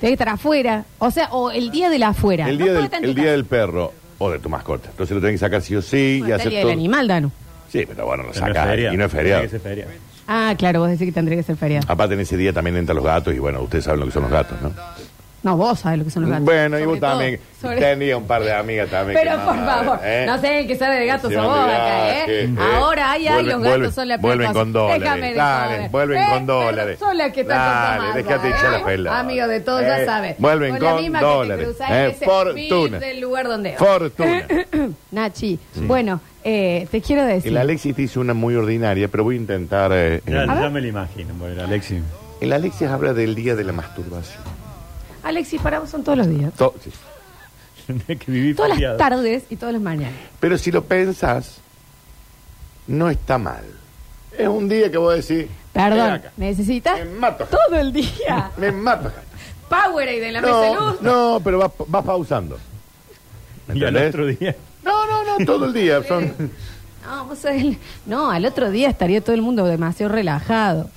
[SPEAKER 2] Tenés que estar afuera. O sea, o el día de la afuera.
[SPEAKER 4] El
[SPEAKER 2] No
[SPEAKER 4] día,
[SPEAKER 2] puede
[SPEAKER 4] del,
[SPEAKER 2] estar en
[SPEAKER 4] el
[SPEAKER 2] tu
[SPEAKER 4] día
[SPEAKER 2] casa.
[SPEAKER 4] del perro o de tu mascota. Entonces lo tenés que sacar sí o sí
[SPEAKER 2] Bueno, está el
[SPEAKER 4] y hacer
[SPEAKER 2] día
[SPEAKER 4] todo.
[SPEAKER 2] del animal, Danu.
[SPEAKER 4] Sí, pero bueno, lo
[SPEAKER 5] Pero no es
[SPEAKER 4] sacás.
[SPEAKER 5] feriado.
[SPEAKER 4] y no es feriado.
[SPEAKER 5] Tiene que ser feriado.
[SPEAKER 2] Ah, claro, vos decís que tendría que ser feriado.
[SPEAKER 4] Aparte, en ese día también entran los gatos y bueno, ustedes saben lo que son los gatos, ¿no?
[SPEAKER 2] No, vos sabés lo que son
[SPEAKER 4] Mm,
[SPEAKER 2] los gatos.
[SPEAKER 4] Bueno, y
[SPEAKER 2] Sobre
[SPEAKER 4] vos
[SPEAKER 2] todo,
[SPEAKER 4] también.
[SPEAKER 2] sobre-
[SPEAKER 4] Tenía un par de amigas también.
[SPEAKER 2] Pero
[SPEAKER 4] que
[SPEAKER 2] por
[SPEAKER 4] mamá,
[SPEAKER 2] favor,
[SPEAKER 4] ¿eh?
[SPEAKER 2] no sé el que sabe de gatos
[SPEAKER 4] Se
[SPEAKER 2] a
[SPEAKER 4] van
[SPEAKER 2] vos
[SPEAKER 4] de
[SPEAKER 2] acá, ¿eh?
[SPEAKER 4] viaje, eh.
[SPEAKER 2] Ahora hay
[SPEAKER 4] Vuelven-
[SPEAKER 2] los gatos
[SPEAKER 4] vuelven-
[SPEAKER 2] son la
[SPEAKER 4] Vuelven
[SPEAKER 2] cosa.
[SPEAKER 4] con dólares.
[SPEAKER 2] Déjame de
[SPEAKER 4] Dale,
[SPEAKER 2] joder.
[SPEAKER 4] vuelven
[SPEAKER 2] Eh,
[SPEAKER 4] con dólares.
[SPEAKER 2] pero Son las que están
[SPEAKER 4] Dale,
[SPEAKER 2] con mamá,
[SPEAKER 4] dejate
[SPEAKER 2] ¿eh?
[SPEAKER 4] hinchar las pelotas.
[SPEAKER 2] Amigo de todos, ya
[SPEAKER 4] Eh,
[SPEAKER 2] sabes.
[SPEAKER 4] Vuelven
[SPEAKER 2] Con la
[SPEAKER 4] con
[SPEAKER 2] misma que te
[SPEAKER 4] dólares.
[SPEAKER 2] cruzás
[SPEAKER 4] eh,
[SPEAKER 2] en ese
[SPEAKER 4] fortuna.
[SPEAKER 2] mil del lugar donde-
[SPEAKER 4] Fortuna.
[SPEAKER 2] Nachi, bueno, eh, te quiero decir.
[SPEAKER 4] El Alexis te hizo una muy ordinaria, pero voy a intentar. eh,
[SPEAKER 5] Ya,
[SPEAKER 4] eh,
[SPEAKER 5] ya
[SPEAKER 2] ver.
[SPEAKER 5] me lo imagino, bueno, Alexi.
[SPEAKER 4] El Alexis habla del día de la masturbación.
[SPEAKER 2] Alexis, para vos son todos los días.
[SPEAKER 4] To- sí.
[SPEAKER 5] Tendría que vivir
[SPEAKER 2] Todas las
[SPEAKER 5] feriado.
[SPEAKER 2] tardes y todas las mañanas.
[SPEAKER 4] Pero si lo pensás, no está mal. Es un día que vos decís. "Ven
[SPEAKER 2] Perdón,
[SPEAKER 4] acá,
[SPEAKER 2] necesitas
[SPEAKER 4] Me mato.
[SPEAKER 2] todo el día.
[SPEAKER 4] Me mata.
[SPEAKER 2] Powerade en la mesa de
[SPEAKER 4] No,
[SPEAKER 2] luz.
[SPEAKER 4] no, pero vas vas pausando. ¿Me
[SPEAKER 5] Y al
[SPEAKER 4] entendés?
[SPEAKER 5] otro día.
[SPEAKER 4] No, no, no, todo el día. Son...
[SPEAKER 2] No, vos sabés, el- no, al otro día estaría todo el mundo demasiado relajado.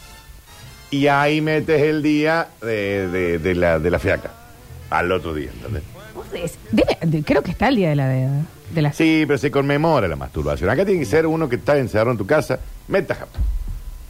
[SPEAKER 4] Y ahí metes el día de, de- de la, de la fiaca. Al otro día, ¿entendés?
[SPEAKER 2] Vos decís, debe- de- creo que está el día de la de, de la
[SPEAKER 4] Sí, pero se conmemora la masturbación. Acá tiene que ser uno que está encerrado en tu casa. Meta jap.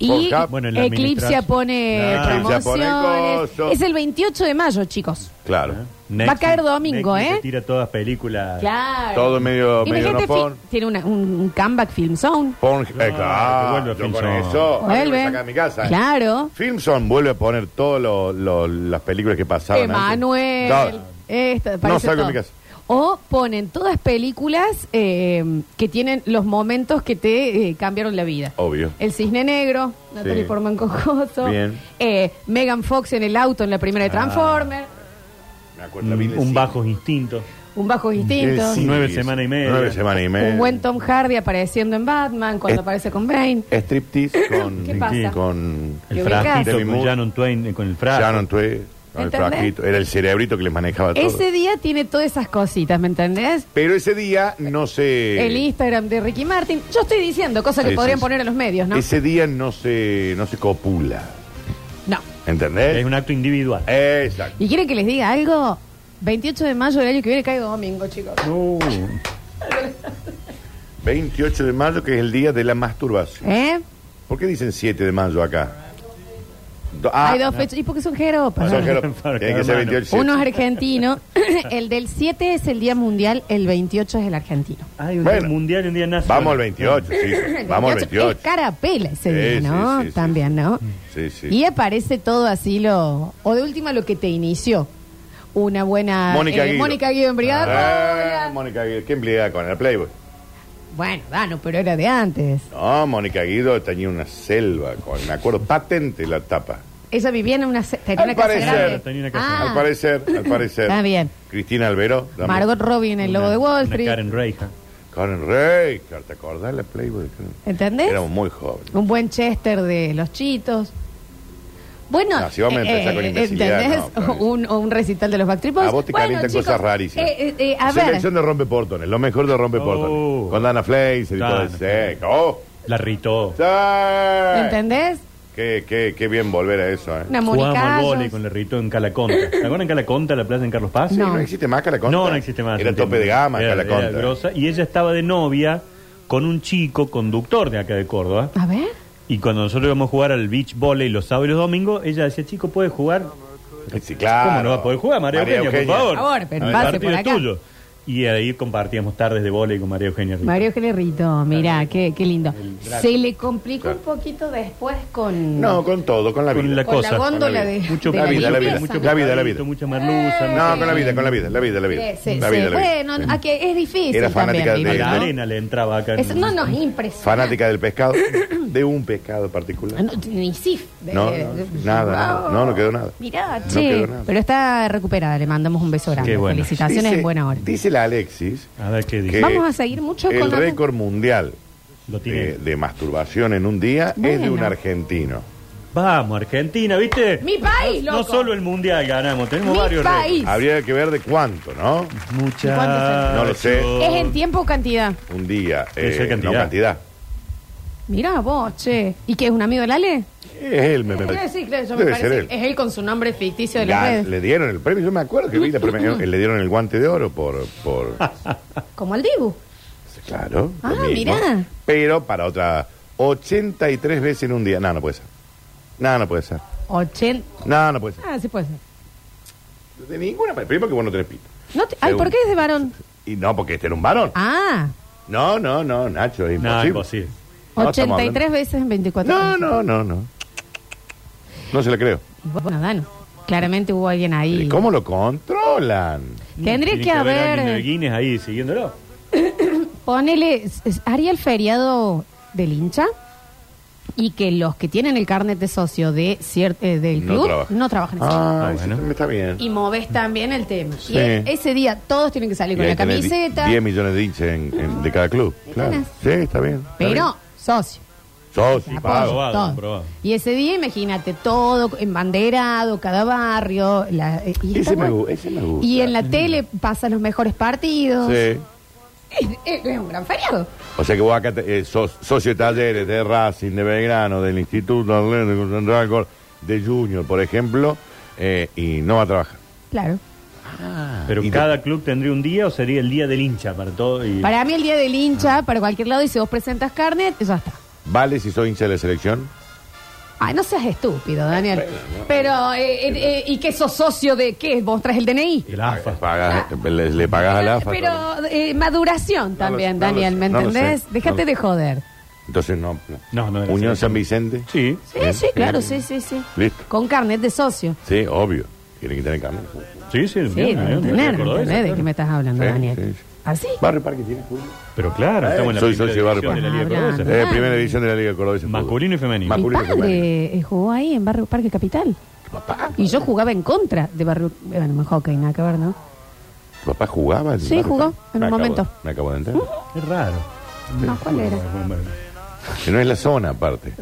[SPEAKER 2] Y
[SPEAKER 4] Por cap-
[SPEAKER 5] Bueno, en la
[SPEAKER 2] Eclipse
[SPEAKER 5] administración.
[SPEAKER 2] pone
[SPEAKER 5] Claro.
[SPEAKER 4] Eclipse pone
[SPEAKER 2] promociones.
[SPEAKER 4] coso.
[SPEAKER 2] es el 28 de mayo, chicos.
[SPEAKER 4] Claro.
[SPEAKER 5] ¿Eh?
[SPEAKER 2] Va a caer domingo,
[SPEAKER 5] Netflix
[SPEAKER 2] ¿eh?
[SPEAKER 5] se Tira todas películas.
[SPEAKER 2] Claro.
[SPEAKER 4] Todo medio, medio
[SPEAKER 2] Imagínate,
[SPEAKER 4] no porn.
[SPEAKER 2] fi- tiene una- un, un comeback film zone.
[SPEAKER 4] Porn- eh,
[SPEAKER 5] Claro,
[SPEAKER 4] claro,
[SPEAKER 5] que vuelve
[SPEAKER 4] yo con
[SPEAKER 5] Filmson.
[SPEAKER 4] eso. a mí me
[SPEAKER 2] Vuelve.
[SPEAKER 4] saca de mi casa. ¿eh?
[SPEAKER 2] Claro.
[SPEAKER 4] Filmson vuelve a poner todas las películas que pasaban. antes.
[SPEAKER 2] Emanuel.
[SPEAKER 4] Claro.
[SPEAKER 2] Esta, parece
[SPEAKER 4] salgo de
[SPEAKER 2] todo.
[SPEAKER 4] mi casa.
[SPEAKER 2] O ponen todas películas eh, que tienen los momentos que te eh, cambiaron la vida.
[SPEAKER 4] Obvio.
[SPEAKER 2] El Cisne Negro, Natalie
[SPEAKER 4] Sí.
[SPEAKER 2] Portman con Coso.
[SPEAKER 4] Bien. Ah.
[SPEAKER 2] Eh, Megan Fox en el auto en la primera de Transformer.
[SPEAKER 4] Me acuerdo, la vi en
[SPEAKER 5] Un,
[SPEAKER 4] el
[SPEAKER 5] un
[SPEAKER 4] cine.
[SPEAKER 5] bajos instintos.
[SPEAKER 2] Un bajo
[SPEAKER 4] El
[SPEAKER 2] distinto.
[SPEAKER 4] cine.
[SPEAKER 5] Nueve semanas y media.
[SPEAKER 4] Nueve semanas y media.
[SPEAKER 2] Un buen Tom Hardy apareciendo en Batman cuando
[SPEAKER 4] Eh.
[SPEAKER 2] aparece con Bane.
[SPEAKER 4] striptease con.
[SPEAKER 2] ¿Qué pasa?
[SPEAKER 4] Con.
[SPEAKER 2] ¿Te
[SPEAKER 5] El
[SPEAKER 2] ubicás?
[SPEAKER 5] frasquito
[SPEAKER 4] Demi
[SPEAKER 5] con
[SPEAKER 4] Moore.
[SPEAKER 5] Shannon Twain, eh, con el frasco.
[SPEAKER 4] Shannon Twain. con el
[SPEAKER 2] ¿Entendés?
[SPEAKER 4] frasquito. Era el cerebrito que les manejaba todo.
[SPEAKER 2] Ese día tiene todas esas cositas, ¿me entendés?
[SPEAKER 4] Pero ese día no se.
[SPEAKER 2] El Instagram de Ricky Martin. Yo estoy diciendo cosas que
[SPEAKER 4] Sí, sí,
[SPEAKER 2] podrían
[SPEAKER 4] sí.
[SPEAKER 2] poner en los medios, ¿no?
[SPEAKER 4] Ese día no se, no se copula.
[SPEAKER 2] No.
[SPEAKER 4] ¿Entendés?
[SPEAKER 5] Es un acto individual.
[SPEAKER 4] Eh. Exacto.
[SPEAKER 2] ¿Y quieren que les diga algo? 28 de mayo del año que viene cae domingo, chicos.
[SPEAKER 5] No.
[SPEAKER 4] 28 de mayo, que es el día de la masturbación.
[SPEAKER 2] ¿Eh?
[SPEAKER 4] ¿Por qué dicen 7 de mayo acá? Do- ah,
[SPEAKER 2] Hay dos fechas. ¿Y por qué son jeropas?
[SPEAKER 4] son jero-
[SPEAKER 5] Para
[SPEAKER 4] Tiene que
[SPEAKER 5] cada
[SPEAKER 4] ser
[SPEAKER 5] mano.
[SPEAKER 4] 28.
[SPEAKER 2] Uno es argentino. el del 7 es el día mundial, el 28 es el argentino.
[SPEAKER 5] Hay un
[SPEAKER 4] Bueno.
[SPEAKER 5] día mundial y un día nacional.
[SPEAKER 4] Vamos al 28, sí. sí. Vamos al 28.
[SPEAKER 2] Es carapela ese
[SPEAKER 4] Sí,
[SPEAKER 2] día,
[SPEAKER 4] sí,
[SPEAKER 2] ¿no?
[SPEAKER 4] sí, sí,
[SPEAKER 2] También,
[SPEAKER 4] sí.
[SPEAKER 2] ¿no?
[SPEAKER 4] Sí, sí.
[SPEAKER 2] Y aparece todo así lo... O de última lo que te inició. Una buena...
[SPEAKER 4] Mónica
[SPEAKER 2] eh,
[SPEAKER 4] Guido.
[SPEAKER 2] Mónica Guido en Brigada
[SPEAKER 4] Ah,
[SPEAKER 2] Roja.
[SPEAKER 4] Mónica Guido. ¿Quién brigada con el Playboy?
[SPEAKER 2] Bueno, Dano, pero era de antes.
[SPEAKER 4] No, Mónica Guido tenía una selva, con, me acuerdo, patente la tapa.
[SPEAKER 2] Ella vivía en una... ce- Tenía
[SPEAKER 4] Al
[SPEAKER 2] una casa
[SPEAKER 4] parecer.
[SPEAKER 2] grande.
[SPEAKER 5] Tenía una casa
[SPEAKER 2] Ah.
[SPEAKER 4] Al parecer, al parecer.
[SPEAKER 2] Está bien.
[SPEAKER 4] Cristina Alberó. también.
[SPEAKER 2] Margot Robbie en El Lobo
[SPEAKER 5] Una-
[SPEAKER 2] de Wall
[SPEAKER 5] una
[SPEAKER 2] Street.
[SPEAKER 5] Karen Reija.
[SPEAKER 4] Karen Rey. ¿Te acordás de la Playboy?
[SPEAKER 2] ¿Entendés?
[SPEAKER 4] Éramos muy jóvenes.
[SPEAKER 2] Un buen Chester de los Chitos. Bueno, eh,
[SPEAKER 4] No, si vos me empezás con imbecilidad,
[SPEAKER 2] ¿entendés?
[SPEAKER 4] no, Florencia.
[SPEAKER 2] O un, o un recital de los Backstreet Boys.
[SPEAKER 4] A vos te
[SPEAKER 2] Bueno,
[SPEAKER 4] calientan
[SPEAKER 2] chicos,
[SPEAKER 4] cosas rarísimas.
[SPEAKER 2] eh, eh, eh, a ver,
[SPEAKER 4] Selección de rompeportones, lo mejor de rompeportones.
[SPEAKER 5] Oh.
[SPEAKER 4] Con Dana Fleiser y todo
[SPEAKER 5] Dana
[SPEAKER 4] eso. Eh, ¡Oh!
[SPEAKER 5] La Rito.
[SPEAKER 4] ¡Sí!
[SPEAKER 2] ¿entendés?
[SPEAKER 4] Qué, qué, qué bien volver a eso, ¿eh?
[SPEAKER 2] Una
[SPEAKER 5] Jugábamos al vóley
[SPEAKER 2] moricaza.
[SPEAKER 5] con el rito en Calaconta. ¿Te acuerdas en Calaconta, la plaza en Carlos Paz?
[SPEAKER 4] Sí,
[SPEAKER 2] No.
[SPEAKER 4] no. existe más Calaconta?
[SPEAKER 5] No, no existe más.
[SPEAKER 4] Era
[SPEAKER 5] entiendo.
[SPEAKER 4] tope de gama
[SPEAKER 5] Era- era
[SPEAKER 4] Calaconta.
[SPEAKER 5] grosa. Y ella estaba de novia con un chico conductor de acá de Córdoba.
[SPEAKER 2] A ver.
[SPEAKER 5] Y cuando nosotros íbamos a jugar al beach volley los sábados y los domingos, ella decía, chico, ¿puedes jugar?
[SPEAKER 4] Sí, claro.
[SPEAKER 5] ¿Cómo no va a poder jugar, María, Eugenia, por favor?
[SPEAKER 2] Por favor, pero
[SPEAKER 5] El
[SPEAKER 2] pase
[SPEAKER 5] partido
[SPEAKER 2] por
[SPEAKER 5] es
[SPEAKER 2] acá.
[SPEAKER 5] tuyo. Y ahí compartíamos tardes de volley con María Eugenia. Rico.
[SPEAKER 2] Mario Generito, mira, qué, qué lindo.
[SPEAKER 4] brazo.
[SPEAKER 2] Se le complicó
[SPEAKER 4] Claro.
[SPEAKER 2] un poquito después con...
[SPEAKER 4] No, con todo, con la
[SPEAKER 5] Con
[SPEAKER 4] vida.
[SPEAKER 5] la
[SPEAKER 2] Con
[SPEAKER 5] cosa.
[SPEAKER 2] la góndola de,
[SPEAKER 5] Mucho
[SPEAKER 2] de
[SPEAKER 4] la vida, la vida,
[SPEAKER 2] limpieza.
[SPEAKER 4] mucho- la vida, la vida.
[SPEAKER 5] Mucha merluza.
[SPEAKER 4] No, con la vida, con la vida, la vida, la vida.
[SPEAKER 2] Sí, sí,
[SPEAKER 4] la
[SPEAKER 2] sí.
[SPEAKER 4] vida, la vida.
[SPEAKER 2] Eh, Bueno,
[SPEAKER 4] Sí.
[SPEAKER 2] a que es difícil
[SPEAKER 4] Era fanática
[SPEAKER 2] también,
[SPEAKER 5] A
[SPEAKER 4] de-
[SPEAKER 5] la
[SPEAKER 2] ¿no?
[SPEAKER 4] de-
[SPEAKER 5] arena le entraba acá. en-
[SPEAKER 2] Eso no nos impresiona.
[SPEAKER 4] Fanática del pescado, de un pescado particular.
[SPEAKER 2] Ah, No, ni sif. de-
[SPEAKER 4] No, no,
[SPEAKER 2] de-
[SPEAKER 4] nada, nada. No, no quedó nada.
[SPEAKER 2] Mirá,
[SPEAKER 4] No
[SPEAKER 2] che.
[SPEAKER 4] quedó nada.
[SPEAKER 2] pero está recuperada, le mandamos un beso grande.
[SPEAKER 5] Qué bueno.
[SPEAKER 2] Felicitaciones,
[SPEAKER 4] Dice-
[SPEAKER 2] buena hora.
[SPEAKER 4] Dice la Alexis
[SPEAKER 5] A ver qué
[SPEAKER 4] que
[SPEAKER 5] dice.
[SPEAKER 2] Vamos a seguir mucho con
[SPEAKER 4] el
[SPEAKER 2] la-
[SPEAKER 4] récord mundial
[SPEAKER 5] Lo tiene.
[SPEAKER 4] de, de masturbación en un día es de
[SPEAKER 2] Bueno.
[SPEAKER 4] un argentino.
[SPEAKER 5] Vamos, Argentina, ¿viste?
[SPEAKER 2] Mi país,
[SPEAKER 5] No
[SPEAKER 2] loco.
[SPEAKER 5] solo el mundial ganamos, tenemos
[SPEAKER 2] Mi
[SPEAKER 5] varios récords.
[SPEAKER 2] país.
[SPEAKER 4] Habría que ver de cuánto, ¿no?
[SPEAKER 5] Muchachos.
[SPEAKER 4] No lo sé.
[SPEAKER 2] ¿Es en tiempo o cantidad?
[SPEAKER 4] Un día,
[SPEAKER 5] Debe ser
[SPEAKER 4] eh,
[SPEAKER 5] cantidad.
[SPEAKER 4] no cantidad.
[SPEAKER 2] Mirá vos, che. ¿Y qué es un amigo de Lale?
[SPEAKER 4] Es él, me
[SPEAKER 2] Eh,
[SPEAKER 4] parece.
[SPEAKER 2] Sí, claro, yo me
[SPEAKER 4] Debe
[SPEAKER 2] parece.
[SPEAKER 4] ser él.
[SPEAKER 2] Es él con su nombre ficticio de la
[SPEAKER 4] Gan-
[SPEAKER 2] red.
[SPEAKER 4] le dieron el premio, yo me acuerdo que vi la primera, le dieron el guante de oro por, por
[SPEAKER 2] Como el Dibu.
[SPEAKER 4] claro,
[SPEAKER 2] Ah,
[SPEAKER 4] lo mismo.
[SPEAKER 2] mirá.
[SPEAKER 4] pero para otra 83 veces en un día, no, no puede ser, no, no puede ser,
[SPEAKER 2] Ochen...
[SPEAKER 4] no, no puede ser,
[SPEAKER 2] Ah, sí puede ser.
[SPEAKER 4] de ninguna manera, primero que vos no tenés pito,
[SPEAKER 2] No te- Ay,
[SPEAKER 4] Seguro.
[SPEAKER 2] ¿por qué es de varón?
[SPEAKER 4] y no porque este era un varón,
[SPEAKER 2] Ah,
[SPEAKER 4] no, no, no, Nacho, es
[SPEAKER 5] No,
[SPEAKER 4] imposible,
[SPEAKER 5] imposible.
[SPEAKER 4] No, estamos
[SPEAKER 2] 83 veces en 24
[SPEAKER 4] no,
[SPEAKER 2] horas.
[SPEAKER 4] no, no, no, no se la creo,
[SPEAKER 2] Y Bueno, Dan, claramente hubo alguien ahí.
[SPEAKER 4] ¿Y ¿cómo lo controlan?
[SPEAKER 2] Tendría
[SPEAKER 5] Tiene
[SPEAKER 2] que haber- eh.
[SPEAKER 5] alguien de Guinness ahí siguiéndolo.
[SPEAKER 2] Ponele, s- s- haría el feriado del hincha y que los que tienen el carnet de socio de cier- eh, del
[SPEAKER 4] No
[SPEAKER 2] club
[SPEAKER 4] trabajan.
[SPEAKER 2] no trabajan. ese día.
[SPEAKER 4] Ah,
[SPEAKER 5] Ah, bueno.
[SPEAKER 4] está bien.
[SPEAKER 2] Y moves también el tema.
[SPEAKER 4] Sí.
[SPEAKER 2] Y e- ese día todos tienen que salir con la
[SPEAKER 4] tenés di-
[SPEAKER 2] camiseta, Ah,
[SPEAKER 4] 10 millones de hinchas en- en- de cada club. Claro.
[SPEAKER 2] ganas.
[SPEAKER 4] Sí, está bien. está
[SPEAKER 2] pero socio.
[SPEAKER 4] bien. Sos y
[SPEAKER 2] apoyo,
[SPEAKER 4] pago.
[SPEAKER 5] Aprobado,
[SPEAKER 2] todo.
[SPEAKER 5] aprobado.
[SPEAKER 2] Y ese día, imagínate, todo embanderado, cada barrio. la- eh, y, está
[SPEAKER 4] Ese me,
[SPEAKER 2] bueno.
[SPEAKER 4] gu- ese me gusta.
[SPEAKER 2] Y en la tele pasan los mejores partidos.
[SPEAKER 4] Sí.
[SPEAKER 2] Es, es- es un gran feriado.
[SPEAKER 4] O sea que vos acá te- eh, sos socio de talleres, de Racing, de Belgrano, del Instituto Atlético Central, Cor- de Junior, por ejemplo, eh, y no va a trabajar.
[SPEAKER 2] Claro.
[SPEAKER 5] Pero
[SPEAKER 4] Ah. Y te-
[SPEAKER 5] cada club tendría un día o sería el día del hincha para todo. Y...
[SPEAKER 2] Para mí el día del
[SPEAKER 4] Ah.
[SPEAKER 2] hincha, para cualquier lado, y si vos presentas carnet, ya está.
[SPEAKER 4] ¿Vale si soy hincha de la selección?
[SPEAKER 2] Ay, no seas estúpido, Daniel. Pero, eh, eh, eh, ¿y qué sos socio de qué? ¿Vos traes el DNI?
[SPEAKER 5] El AFA.
[SPEAKER 4] Pagás- le, le pagás al AFA. todo.
[SPEAKER 2] Pero eh, maduración también,
[SPEAKER 4] no lo
[SPEAKER 2] Daniel,
[SPEAKER 4] sé,
[SPEAKER 2] ¿me
[SPEAKER 4] no lo
[SPEAKER 2] entendés?
[SPEAKER 4] sé,
[SPEAKER 2] Déjate
[SPEAKER 4] no lo
[SPEAKER 2] de
[SPEAKER 4] sé.
[SPEAKER 2] joder.
[SPEAKER 4] Entonces no.
[SPEAKER 5] No, no, de la
[SPEAKER 4] Unión
[SPEAKER 5] selección.
[SPEAKER 4] San Vicente.
[SPEAKER 5] Sí.
[SPEAKER 2] Sí,
[SPEAKER 4] Bien,
[SPEAKER 2] sí, claro, sí,
[SPEAKER 4] bien.
[SPEAKER 2] sí, sí.
[SPEAKER 4] Listo.
[SPEAKER 2] Con carnet de socio.
[SPEAKER 4] Sí, obvio. Tiene que tener cambio.
[SPEAKER 5] Sí, sí,
[SPEAKER 2] Sí,
[SPEAKER 5] bien,
[SPEAKER 2] no
[SPEAKER 5] bien,
[SPEAKER 2] entendés,
[SPEAKER 5] me
[SPEAKER 2] no
[SPEAKER 5] acordó de eso,
[SPEAKER 2] entendés de qué
[SPEAKER 5] claro.
[SPEAKER 2] me estás hablando,
[SPEAKER 4] Sí,
[SPEAKER 2] Daniel.
[SPEAKER 4] sí, sí.
[SPEAKER 2] ¿Así?
[SPEAKER 4] Barrio Parque tiene fútbol.
[SPEAKER 5] Pero claro,
[SPEAKER 4] Eh,
[SPEAKER 5] estamos en la
[SPEAKER 4] soy
[SPEAKER 5] primera
[SPEAKER 4] socio de Barrio
[SPEAKER 5] división de la
[SPEAKER 2] Parque.
[SPEAKER 5] Liga Cordobesa.
[SPEAKER 2] Ah,
[SPEAKER 4] Eh, primera división de la Liga Cordobesa.
[SPEAKER 5] Masculino y femenino.
[SPEAKER 2] Mi
[SPEAKER 4] Masculino y femenino.
[SPEAKER 2] padre eh, jugó ahí en Barrio Parque Capital.
[SPEAKER 4] ¿Tu papá?
[SPEAKER 2] Y yo jugaba en contra de Barrio. Bueno, en hockey, nada que ver, ¿no?
[SPEAKER 4] ¿Tu papá jugaba? en
[SPEAKER 2] Sí,
[SPEAKER 4] Barrio
[SPEAKER 2] jugó,
[SPEAKER 4] Parque?
[SPEAKER 2] en
[SPEAKER 4] Me
[SPEAKER 2] un
[SPEAKER 4] acabo-
[SPEAKER 2] momento.
[SPEAKER 4] Me acabo de entrar.
[SPEAKER 5] Es raro.
[SPEAKER 2] No, ¿cuál era?
[SPEAKER 4] Que no es la zona, aparte.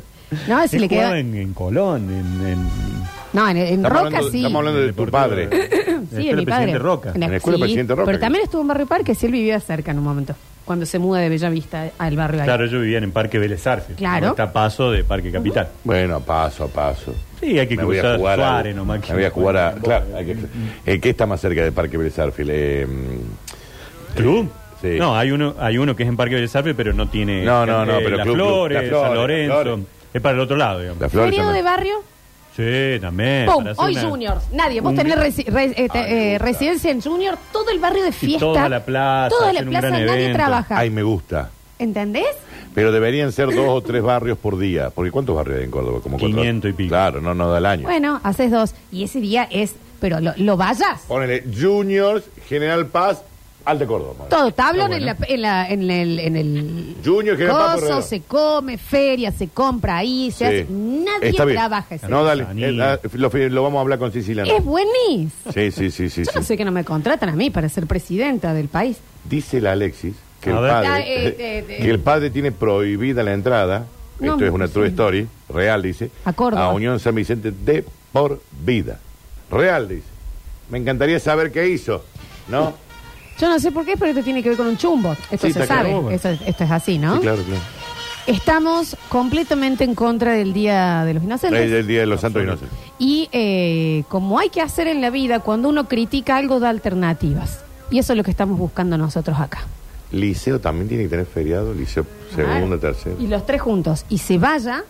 [SPEAKER 2] No, si
[SPEAKER 5] Él
[SPEAKER 2] le
[SPEAKER 5] jugaba
[SPEAKER 2] queda.
[SPEAKER 5] en, en Colón, en, en-
[SPEAKER 2] No, en, en
[SPEAKER 4] Estamos
[SPEAKER 2] Roca
[SPEAKER 4] hablando-
[SPEAKER 2] sí.
[SPEAKER 4] estamos hablando- de tu
[SPEAKER 5] Deportivo-
[SPEAKER 4] padre.
[SPEAKER 5] en la escuela
[SPEAKER 2] Sí, de mi padre.
[SPEAKER 5] Presidente Roca.
[SPEAKER 4] En la escuela
[SPEAKER 2] sí,
[SPEAKER 4] Presidente Roca.
[SPEAKER 2] Pero también estuvo en Barrio Parque, sí, él vivía cerca en un momento. Cuando se muda de Bellavista al barrio. ahí.
[SPEAKER 5] Claro, ellos vivían en Parque Vélez Sarsfield.
[SPEAKER 2] Claro.
[SPEAKER 5] Está a paso de Parque Capital.
[SPEAKER 4] Bueno, paso a paso.
[SPEAKER 5] Sí, hay que
[SPEAKER 4] Me voy a
[SPEAKER 5] cruzar
[SPEAKER 4] jugar
[SPEAKER 5] Suárez
[SPEAKER 4] a,
[SPEAKER 5] nomás. que-
[SPEAKER 4] Me voy a jugar a... Claro, hay que, eh, ¿qué está más cerca del Parque Belezarfil? Eh,
[SPEAKER 5] ¿Club?
[SPEAKER 4] Sí.
[SPEAKER 5] No, hay uno, hay uno que es en Parque Vélez Sarsfield, pero no tiene...
[SPEAKER 4] No, no, no,
[SPEAKER 5] eh,
[SPEAKER 4] pero
[SPEAKER 5] Las
[SPEAKER 4] club, club,
[SPEAKER 5] Flores,
[SPEAKER 4] Las Flores,
[SPEAKER 5] San Lorenzo.
[SPEAKER 4] Las Flores.
[SPEAKER 5] Es para el otro lado, digamos.
[SPEAKER 4] la flor
[SPEAKER 2] Periodo de barrio,
[SPEAKER 5] Sí, también.
[SPEAKER 4] Eh,
[SPEAKER 2] ¡pum!
[SPEAKER 5] para hacer
[SPEAKER 2] Hoy
[SPEAKER 5] una-
[SPEAKER 2] Juniors. Nadie. Vos tenés resi- re- eh, te-
[SPEAKER 4] Ay, Ah, me
[SPEAKER 2] eh,
[SPEAKER 4] gusta.
[SPEAKER 2] residencia en Junior, todo el barrio de fiesta.
[SPEAKER 5] toda la plaza,
[SPEAKER 2] Toda la
[SPEAKER 5] hacer un
[SPEAKER 2] plaza,
[SPEAKER 5] gran
[SPEAKER 2] nadie
[SPEAKER 5] evento.
[SPEAKER 2] trabaja.
[SPEAKER 4] Ay, me gusta.
[SPEAKER 2] ¿Entendés?
[SPEAKER 4] Pero deberían ser dos o tres barrios por día. Porque ¿cuántos barrios hay en Córdoba? Como cuatro.
[SPEAKER 5] 500 y pico.
[SPEAKER 4] Claro, no, no da el año.
[SPEAKER 2] Bueno, haces dos. Y ese día es. Pero lo, lo vayas.
[SPEAKER 4] Ponele Juniors, General Paz, Alta Córdoba.
[SPEAKER 2] Todo, tablón en, la, en, la, en el. En el
[SPEAKER 4] Junior, que era Papo
[SPEAKER 2] coso,
[SPEAKER 4] Herrera.
[SPEAKER 2] se come, feria, se compra ahí, se hace.
[SPEAKER 4] Sí.
[SPEAKER 2] Nadie
[SPEAKER 4] Está bien.
[SPEAKER 2] trabaja ese
[SPEAKER 4] No,
[SPEAKER 2] día.
[SPEAKER 4] dale.
[SPEAKER 5] Ni-
[SPEAKER 4] eh, da- lo, lo vamos a hablar con Siciliano.
[SPEAKER 2] Es buenísimo.
[SPEAKER 4] Sí, sí, sí, sí.
[SPEAKER 2] Yo
[SPEAKER 4] sí.
[SPEAKER 2] no sé que no me contratan a mí para ser presidenta del país.
[SPEAKER 4] Dice la Alexis que
[SPEAKER 5] A
[SPEAKER 4] el,
[SPEAKER 5] ver.
[SPEAKER 4] padre,
[SPEAKER 2] Ah, eh, eh, eh.
[SPEAKER 4] que el padre tiene prohibida la entrada.
[SPEAKER 2] No,
[SPEAKER 4] esto es una true
[SPEAKER 2] sí.
[SPEAKER 4] story, real, dice.
[SPEAKER 2] A Córdoba.
[SPEAKER 4] Unión San Vicente de por vida. Real, dice. Me encantaría saber qué hizo. ¿No?
[SPEAKER 2] Yo no sé por qué, pero esto tiene que ver con un chumbo. Esto
[SPEAKER 4] Sí,
[SPEAKER 2] se
[SPEAKER 4] está
[SPEAKER 2] sabe.
[SPEAKER 4] claro.
[SPEAKER 2] Eso- esto es así, ¿no?
[SPEAKER 4] Sí, claro, claro.
[SPEAKER 2] Estamos completamente en contra del Día de los Inocentes.
[SPEAKER 4] Es el Día de los Santos Inocentes.
[SPEAKER 2] Y eh, como hay que hacer en la vida, cuando uno critica algo, da alternativas. Y eso es lo que estamos buscando nosotros acá.
[SPEAKER 4] Liceo también tiene que tener feriado, liceo segundo, tercero.
[SPEAKER 2] Y los tres juntos. Y se vaya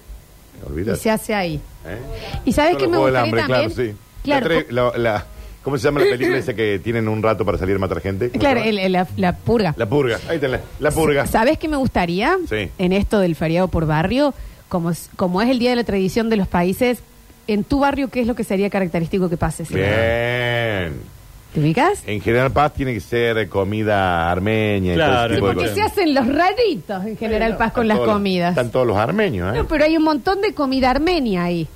[SPEAKER 2] y
[SPEAKER 4] Olvídate.
[SPEAKER 2] se hace ahí.
[SPEAKER 4] ¿Eh?
[SPEAKER 2] ¿Y sabes
[SPEAKER 4] Son
[SPEAKER 2] qué
[SPEAKER 4] los
[SPEAKER 2] me
[SPEAKER 4] Juegos del
[SPEAKER 2] gustaría
[SPEAKER 4] Hambre,
[SPEAKER 2] también?
[SPEAKER 4] Claro, sí.
[SPEAKER 2] Claro,
[SPEAKER 4] La tre- la- la- ¿Cómo se llama la película esa que tienen un rato para salir a matar gente?
[SPEAKER 2] co-
[SPEAKER 4] ¿Cómo
[SPEAKER 2] claro,
[SPEAKER 4] se llama?
[SPEAKER 2] el- el- la, la purga.
[SPEAKER 4] La purga. Ahí está, la, la purga.
[SPEAKER 2] ¿Sabes qué me gustaría
[SPEAKER 4] Sí.
[SPEAKER 2] en esto del feriado por barrio? Como, es- como es el día de la tradición de los países, en tu barrio, ¿qué es lo que sería característico que pase?
[SPEAKER 4] Bien.
[SPEAKER 2] ¿Te ubicas?
[SPEAKER 4] En General Paz tiene que ser eh, comida armenia y todo ese tipo
[SPEAKER 5] Claro.
[SPEAKER 4] de
[SPEAKER 5] Sí,
[SPEAKER 2] Porque
[SPEAKER 4] cosas.
[SPEAKER 2] se hacen los raritos en General Paz con
[SPEAKER 4] Están
[SPEAKER 2] las
[SPEAKER 4] todos los-
[SPEAKER 2] comidas.
[SPEAKER 4] Están todos los armenios, ¿eh?
[SPEAKER 2] No, pero hay un montón de comida armenia ahí.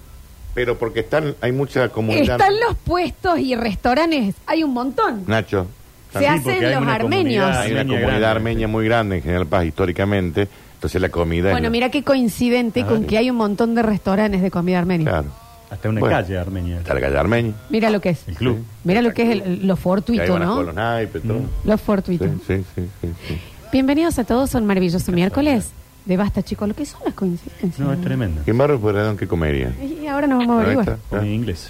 [SPEAKER 4] Pero porque están, hay mucha comunidad.
[SPEAKER 2] Están los puestos y restaurantes, hay un montón.
[SPEAKER 4] Nacho.
[SPEAKER 2] Se
[SPEAKER 4] están-
[SPEAKER 5] Sí, porque
[SPEAKER 2] hacen
[SPEAKER 5] hay
[SPEAKER 2] los
[SPEAKER 5] una
[SPEAKER 2] armenios.
[SPEAKER 5] comunidad
[SPEAKER 4] Hay una
[SPEAKER 5] Armenia
[SPEAKER 4] comunidad
[SPEAKER 5] grande.
[SPEAKER 4] armenia muy grande en General Paz históricamente. Entonces la comida es
[SPEAKER 2] Bueno,
[SPEAKER 4] la-
[SPEAKER 2] mira qué coincidente
[SPEAKER 5] Ah,
[SPEAKER 2] con
[SPEAKER 5] sí.
[SPEAKER 2] que hay un montón de restaurantes de comida armenia.
[SPEAKER 4] Claro.
[SPEAKER 5] Hasta una
[SPEAKER 4] Bueno.
[SPEAKER 5] calle armenia.
[SPEAKER 4] Está la calle armenia.
[SPEAKER 2] Mira lo que es.
[SPEAKER 5] El
[SPEAKER 4] ¿eh?
[SPEAKER 5] club.
[SPEAKER 2] Mira lo que es el- lo
[SPEAKER 4] que ahí
[SPEAKER 2] fortuito,
[SPEAKER 4] van a jugar
[SPEAKER 2] ¿no?
[SPEAKER 4] los naipes, todo.
[SPEAKER 2] Lo fortuito.
[SPEAKER 4] Sí, sí, sí, sí, sí.
[SPEAKER 2] Bienvenidos a todos, son maravilloso miércoles. De basta, chicos, lo que son las coincidencias.
[SPEAKER 5] No, es tremendo.
[SPEAKER 4] ¿Qué barro Pueyrredón que comería?
[SPEAKER 2] Y ahora nos vamos a
[SPEAKER 4] Ahí
[SPEAKER 2] averiguar.
[SPEAKER 4] está.
[SPEAKER 5] Con inglés.